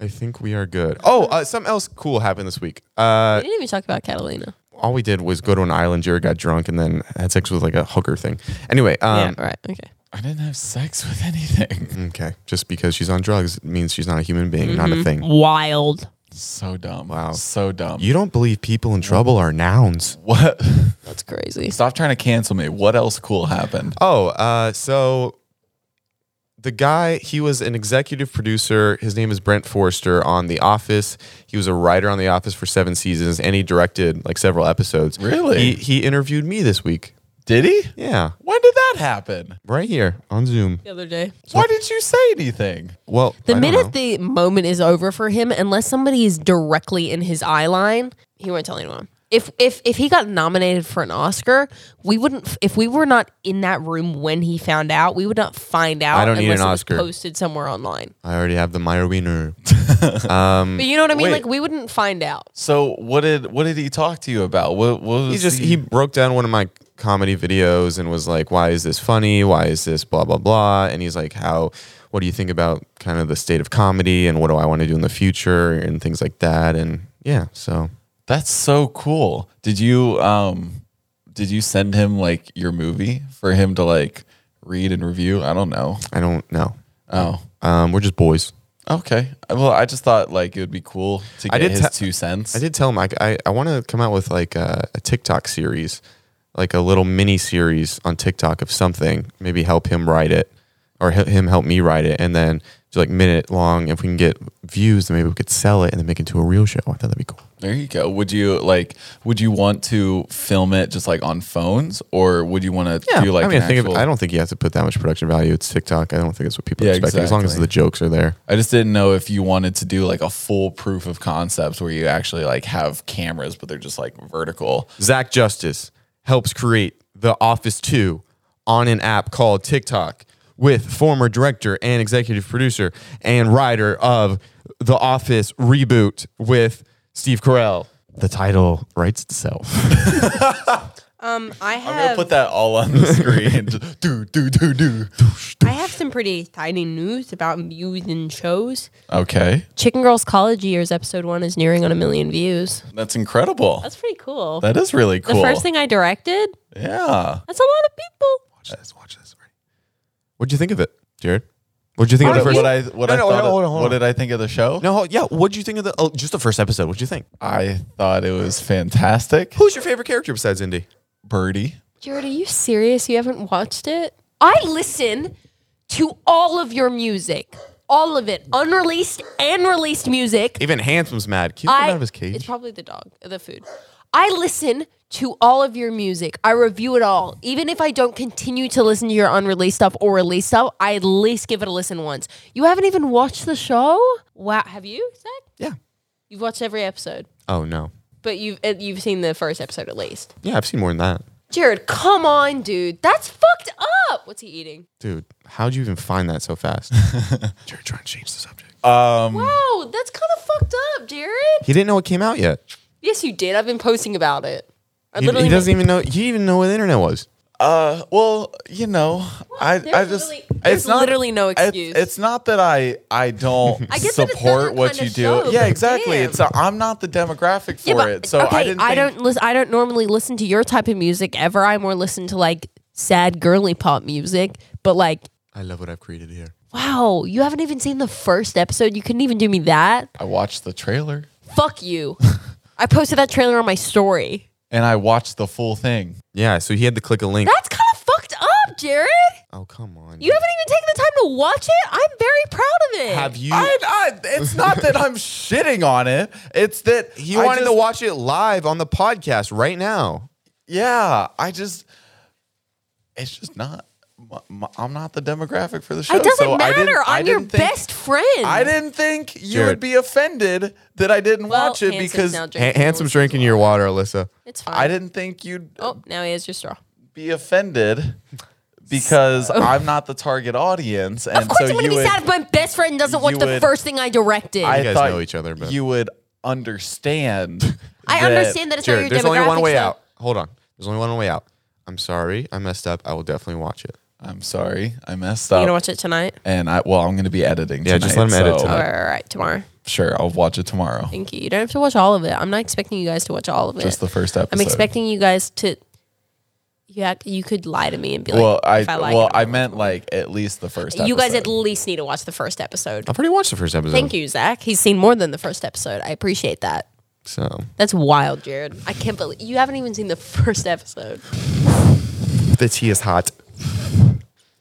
Speaker 3: I think we are good. Oh, uh, something else cool happened this week. Uh,
Speaker 2: We didn't even talk about Catalina.
Speaker 3: all we did was go to an island. Jared got drunk and then had sex with like a hooker thing. Anyway, um,
Speaker 2: yeah. Right. Okay.
Speaker 1: I didn't have sex with [LAUGHS] anything.
Speaker 3: okay, just because she's on drugs means she's not a human being, not a thing.
Speaker 2: Wild.
Speaker 1: So dumb.
Speaker 3: Wow.
Speaker 1: So dumb.
Speaker 3: You don't believe people in trouble are nouns.
Speaker 1: what?
Speaker 2: That's crazy.
Speaker 1: Stop trying to cancel me. What else cool happened?
Speaker 3: Oh, uh, so the guy, he was an executive producer. His name is Brent Forrester on The Office. He was a writer on The Office for seven seasons, and he directed like several episodes.
Speaker 1: Really?
Speaker 3: He, he interviewed me this week.
Speaker 1: Did he?
Speaker 3: Yeah,
Speaker 1: When did that happen?
Speaker 3: right here on Zoom.
Speaker 2: The other day.
Speaker 1: Why didn't you say anything?
Speaker 3: Well,
Speaker 2: The
Speaker 3: I don't know.
Speaker 2: minute the moment is over for him, unless somebody is directly in his eye line, he won't tell anyone. If if if he got nominated for an Oscar, we wouldn't. If we were not in that room when he found out, we would not find out.
Speaker 3: I don't need
Speaker 2: unless
Speaker 3: an
Speaker 2: it was
Speaker 3: Oscar.
Speaker 2: posted somewhere online.
Speaker 3: I already have the Meyer Wiener. Mm.
Speaker 2: But you know what I mean?
Speaker 1: Wait.
Speaker 2: Like we wouldn't find out.
Speaker 1: So what did what did he talk to you about? What, what was
Speaker 3: he just he broke down one of my comedy videos and was like why is this funny why is this blah blah blah and he's like how what do you think about kind of the state of comedy and what do i want to do in the future and things like that and yeah so
Speaker 1: That's so cool. Did you um did you send him like your movie for him to like read and review? I don't know.
Speaker 3: i don't know
Speaker 1: Oh.
Speaker 3: um, we're just boys
Speaker 1: Okay. Well, I just thought like it would be cool to get
Speaker 3: I did
Speaker 1: his
Speaker 3: te-
Speaker 1: two cents.
Speaker 3: i did tell him i, I, I want to come out with like a, a tiktok series like a little mini series on tiktok of something maybe help him write it or he- him help me write it and then do like minute long if we can get views then maybe we could sell it and then make it into a real show i thought that'd be cool
Speaker 1: There you go. Would you like would you want to film it just like on phones or would you want to do like
Speaker 3: I mean,
Speaker 1: an
Speaker 3: I think
Speaker 1: actual-
Speaker 3: I don't think you have to put that much production value. It's TikTok. I don't think it's what people
Speaker 1: Yeah,
Speaker 3: expect. As long as
Speaker 1: exactly.
Speaker 3: the jokes are there,
Speaker 1: I just didn't know if you wanted to do like a full proof of concept where you actually like have cameras but they're just like vertical.
Speaker 3: Zach Justice helps create The Office Two on an app called TikTok with former director and executive producer and writer of The Office reboot with Steve Carell. The title writes itself.
Speaker 2: I
Speaker 1: I'm going to
Speaker 2: have
Speaker 1: put that all on the
Speaker 3: [LAUGHS]
Speaker 1: screen. do do do do.
Speaker 2: I have some pretty tiny news about views and shows.
Speaker 1: Okay.
Speaker 2: Chicken Girls College Years episode one is nearing on a million views.
Speaker 1: That's incredible.
Speaker 2: That's pretty cool.
Speaker 1: That is really
Speaker 2: the
Speaker 1: cool.
Speaker 2: first thing I directed.
Speaker 1: yeah.
Speaker 2: That's a lot of people.
Speaker 3: watch this. Watch this. What'd you think of it, Jared? What'd you think of the
Speaker 1: What, what
Speaker 3: first?
Speaker 1: I what
Speaker 3: No,
Speaker 1: I
Speaker 3: no,
Speaker 1: thought.
Speaker 3: hold on,
Speaker 1: of-
Speaker 3: hold on, hold
Speaker 1: what
Speaker 3: on.
Speaker 1: did I think of the show?
Speaker 3: no, yeah. What'd you think of the? Oh, just the first episode. What'd you think?
Speaker 1: I thought it was fantastic.
Speaker 3: Who's your favorite character besides Indy?
Speaker 1: Birdie.
Speaker 2: Jared, are you serious? You haven't watched it? I listen to all of your music. all of it, unreleased and released music.
Speaker 3: Even Handsome's mad. Can you get him out of his
Speaker 2: It's
Speaker 3: cage?
Speaker 2: probably the dog, the food. I listen to all of your music. I review it all. Even if I don't continue to listen to your unreleased stuff or released stuff, I at least give it a listen once. You haven't even watched the show? Wow. Have you, Zach?
Speaker 3: yeah.
Speaker 2: You've watched every episode,
Speaker 3: Oh, no.
Speaker 2: but you've uh, you've seen the first episode at least.
Speaker 3: Yeah, I've seen more than that.
Speaker 2: Jared, come on, dude. That's fucked up. What's he eating?
Speaker 3: Dude, how'd you even find that so [LAUGHS] fast? You're trying to change the subject.
Speaker 2: Wow, that's kind of fucked up, Jared.
Speaker 3: He didn't know it came out yet.
Speaker 2: Yes, you did. I've been posting about it. I
Speaker 3: He, he
Speaker 2: literally
Speaker 3: doesn't even know. He didn't even know what the internet was.
Speaker 1: Uh, well, you know, I, I
Speaker 2: there's
Speaker 1: just
Speaker 2: literally- there's literally no
Speaker 1: it's-
Speaker 2: excuse.
Speaker 1: It's, not that I I don't
Speaker 2: [LAUGHS] I get that it's
Speaker 1: support
Speaker 2: another
Speaker 1: what
Speaker 2: kinda
Speaker 1: you do.
Speaker 2: show,
Speaker 1: yeah,
Speaker 2: but
Speaker 1: exactly.
Speaker 2: damn.
Speaker 1: It's i I'm not the demographic for it, so
Speaker 2: okay,
Speaker 1: I didn't. think-
Speaker 2: don't listen. I don't normally listen to your type of music ever. I more listen to like sad girly pop music. But like,
Speaker 3: I love what I've created here.
Speaker 2: wow, you haven't even seen the first episode. You couldn't even do me that.
Speaker 1: I watched the trailer [LAUGHS]
Speaker 2: Fuck you. I posted that trailer on my story.
Speaker 1: and I watched the full thing.
Speaker 3: Yeah, so he had to click a link.
Speaker 2: That's kind of fucked up, Jared.
Speaker 3: oh, come on.
Speaker 2: You haven't even taken the time to watch it. I'm very proud of it.
Speaker 3: Have you?
Speaker 1: I, I, [LAUGHS] it's not that I'm shitting on it. It's that
Speaker 3: he
Speaker 1: I
Speaker 3: wanted to
Speaker 1: just-
Speaker 3: watch it live on the podcast right now.
Speaker 1: Yeah, I just. It's just not. my- my- I'm not the demographic for the show.
Speaker 2: It doesn't
Speaker 1: so I
Speaker 2: matter.
Speaker 1: didn't- I
Speaker 2: I'm your
Speaker 1: didn't think-
Speaker 2: best friend.
Speaker 1: I didn't think you would
Speaker 3: Jared.
Speaker 1: be offended that I didn't
Speaker 2: Well,
Speaker 1: watch it
Speaker 2: Handsome's
Speaker 1: because
Speaker 2: now
Speaker 3: Ha-
Speaker 2: drinking
Speaker 3: handsome's
Speaker 2: yours.
Speaker 3: drinking your water, Alyssa.
Speaker 2: It's fine.
Speaker 1: I didn't think you'd
Speaker 2: Oh, now he has your straw.
Speaker 1: be
Speaker 2: [LAUGHS]
Speaker 1: offended because I'm not the target audience. And
Speaker 2: Of course,
Speaker 1: so
Speaker 2: I'm
Speaker 1: you
Speaker 2: gonna be
Speaker 1: would,
Speaker 2: sad if my best friend doesn't watch
Speaker 1: you
Speaker 2: the
Speaker 1: would-
Speaker 2: first thing I directed.
Speaker 1: I
Speaker 3: You guys
Speaker 1: thought
Speaker 3: know each other, but-
Speaker 1: you would understand.
Speaker 2: I understand that it's
Speaker 3: Jared,
Speaker 2: not your
Speaker 3: there's
Speaker 2: demographic.
Speaker 3: only one way
Speaker 2: so-
Speaker 3: out. Hold on. There's only one way out. I'm sorry. I messed up. I will definitely watch it.
Speaker 1: I'm sorry, I messed
Speaker 2: You
Speaker 1: up.
Speaker 2: gonna watch it tonight?
Speaker 1: and I well, I'm gonna be editing.
Speaker 3: Yeah, just let
Speaker 1: tonight,
Speaker 3: him edit
Speaker 1: so
Speaker 2: All
Speaker 3: tonight.
Speaker 2: right, all right, tomorrow.
Speaker 1: Sure, I'll watch it tomorrow.
Speaker 2: Thank you. You don't have to watch all of it. I'm not expecting you guys to watch all of it.
Speaker 1: Just the first
Speaker 2: I'm
Speaker 1: episode.
Speaker 2: expecting you guys to. You act, you could lie to me and be like,
Speaker 1: Well, I,
Speaker 2: if I like
Speaker 1: well
Speaker 2: it,
Speaker 1: I meant like at least the first.
Speaker 2: you guys at
Speaker 1: episode.
Speaker 2: least need to watch the first episode.
Speaker 3: I've already watched the first episode.
Speaker 2: Thank you, Zach. He's seen more than the first episode. I appreciate that.
Speaker 3: So
Speaker 2: That's wild, Jared. I can't believe you haven't even seen the [LAUGHS] first episode.
Speaker 3: Oh, the tea is hot.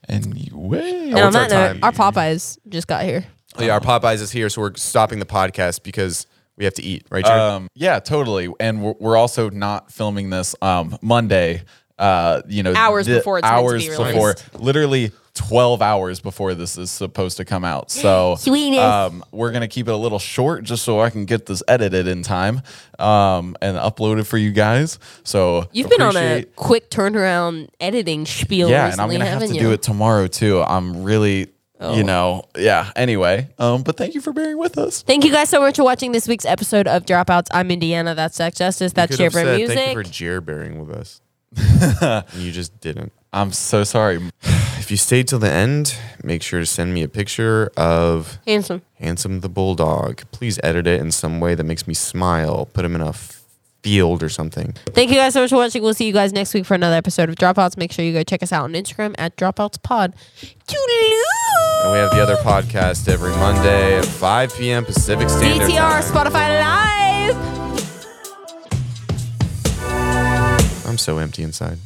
Speaker 1: and you wait.
Speaker 2: And on
Speaker 3: what's our
Speaker 2: that note,
Speaker 3: time?
Speaker 2: our Popeyes just got here.
Speaker 3: Oh, yeah, our Popeyes is here, so we're stopping the podcast because we have to eat, right, Jared?
Speaker 1: Um, yeah, totally. And we're, we're also not filming this um, Monday. Uh, you know,
Speaker 2: Hours before it's meant to
Speaker 1: hours
Speaker 2: be
Speaker 1: before,
Speaker 2: released.
Speaker 1: literally twelve hours before this is supposed to come out. So,
Speaker 2: Sweetness.
Speaker 3: Uh,
Speaker 1: um, we're gonna keep it a little short just so I can get this edited in time um, and uploaded for you guys. So
Speaker 2: You've been on a
Speaker 1: appreciate-
Speaker 2: quick turnaround editing spiel
Speaker 1: yeah, and I'm
Speaker 2: recently,
Speaker 1: gonna have
Speaker 2: haven't
Speaker 1: to
Speaker 2: you?
Speaker 1: do it tomorrow too. I'm really,
Speaker 2: Oh.
Speaker 1: you know, yeah. Anyway, um, but thank you for bearing with us.
Speaker 2: Thank you guys so much for watching this week's episode of Dropouts. I'm Indiana. That's Zach Justice. That's
Speaker 3: Could have
Speaker 2: Shaver
Speaker 3: said,
Speaker 2: Music.
Speaker 3: Thank you for Jared bearing with
Speaker 2: [LAUGHS]
Speaker 3: us. you just didn't.
Speaker 1: I'm so sorry.
Speaker 3: If you stayed till the end, make sure to send me a picture of
Speaker 2: Handsome.
Speaker 3: Handsome the Bulldog. Please edit it in some way that makes me smile. Put him in a f- field or something.
Speaker 2: Thank you guys so much for watching. We'll see you guys next week for another episode of Dropouts. Make sure you go check us out on Instagram at Dropouts Pod.
Speaker 3: And we have the other podcast every Monday at 5 p.m. Pacific Standard
Speaker 2: DTR
Speaker 3: Time.
Speaker 2: Spotify Live.
Speaker 3: I'm so empty inside.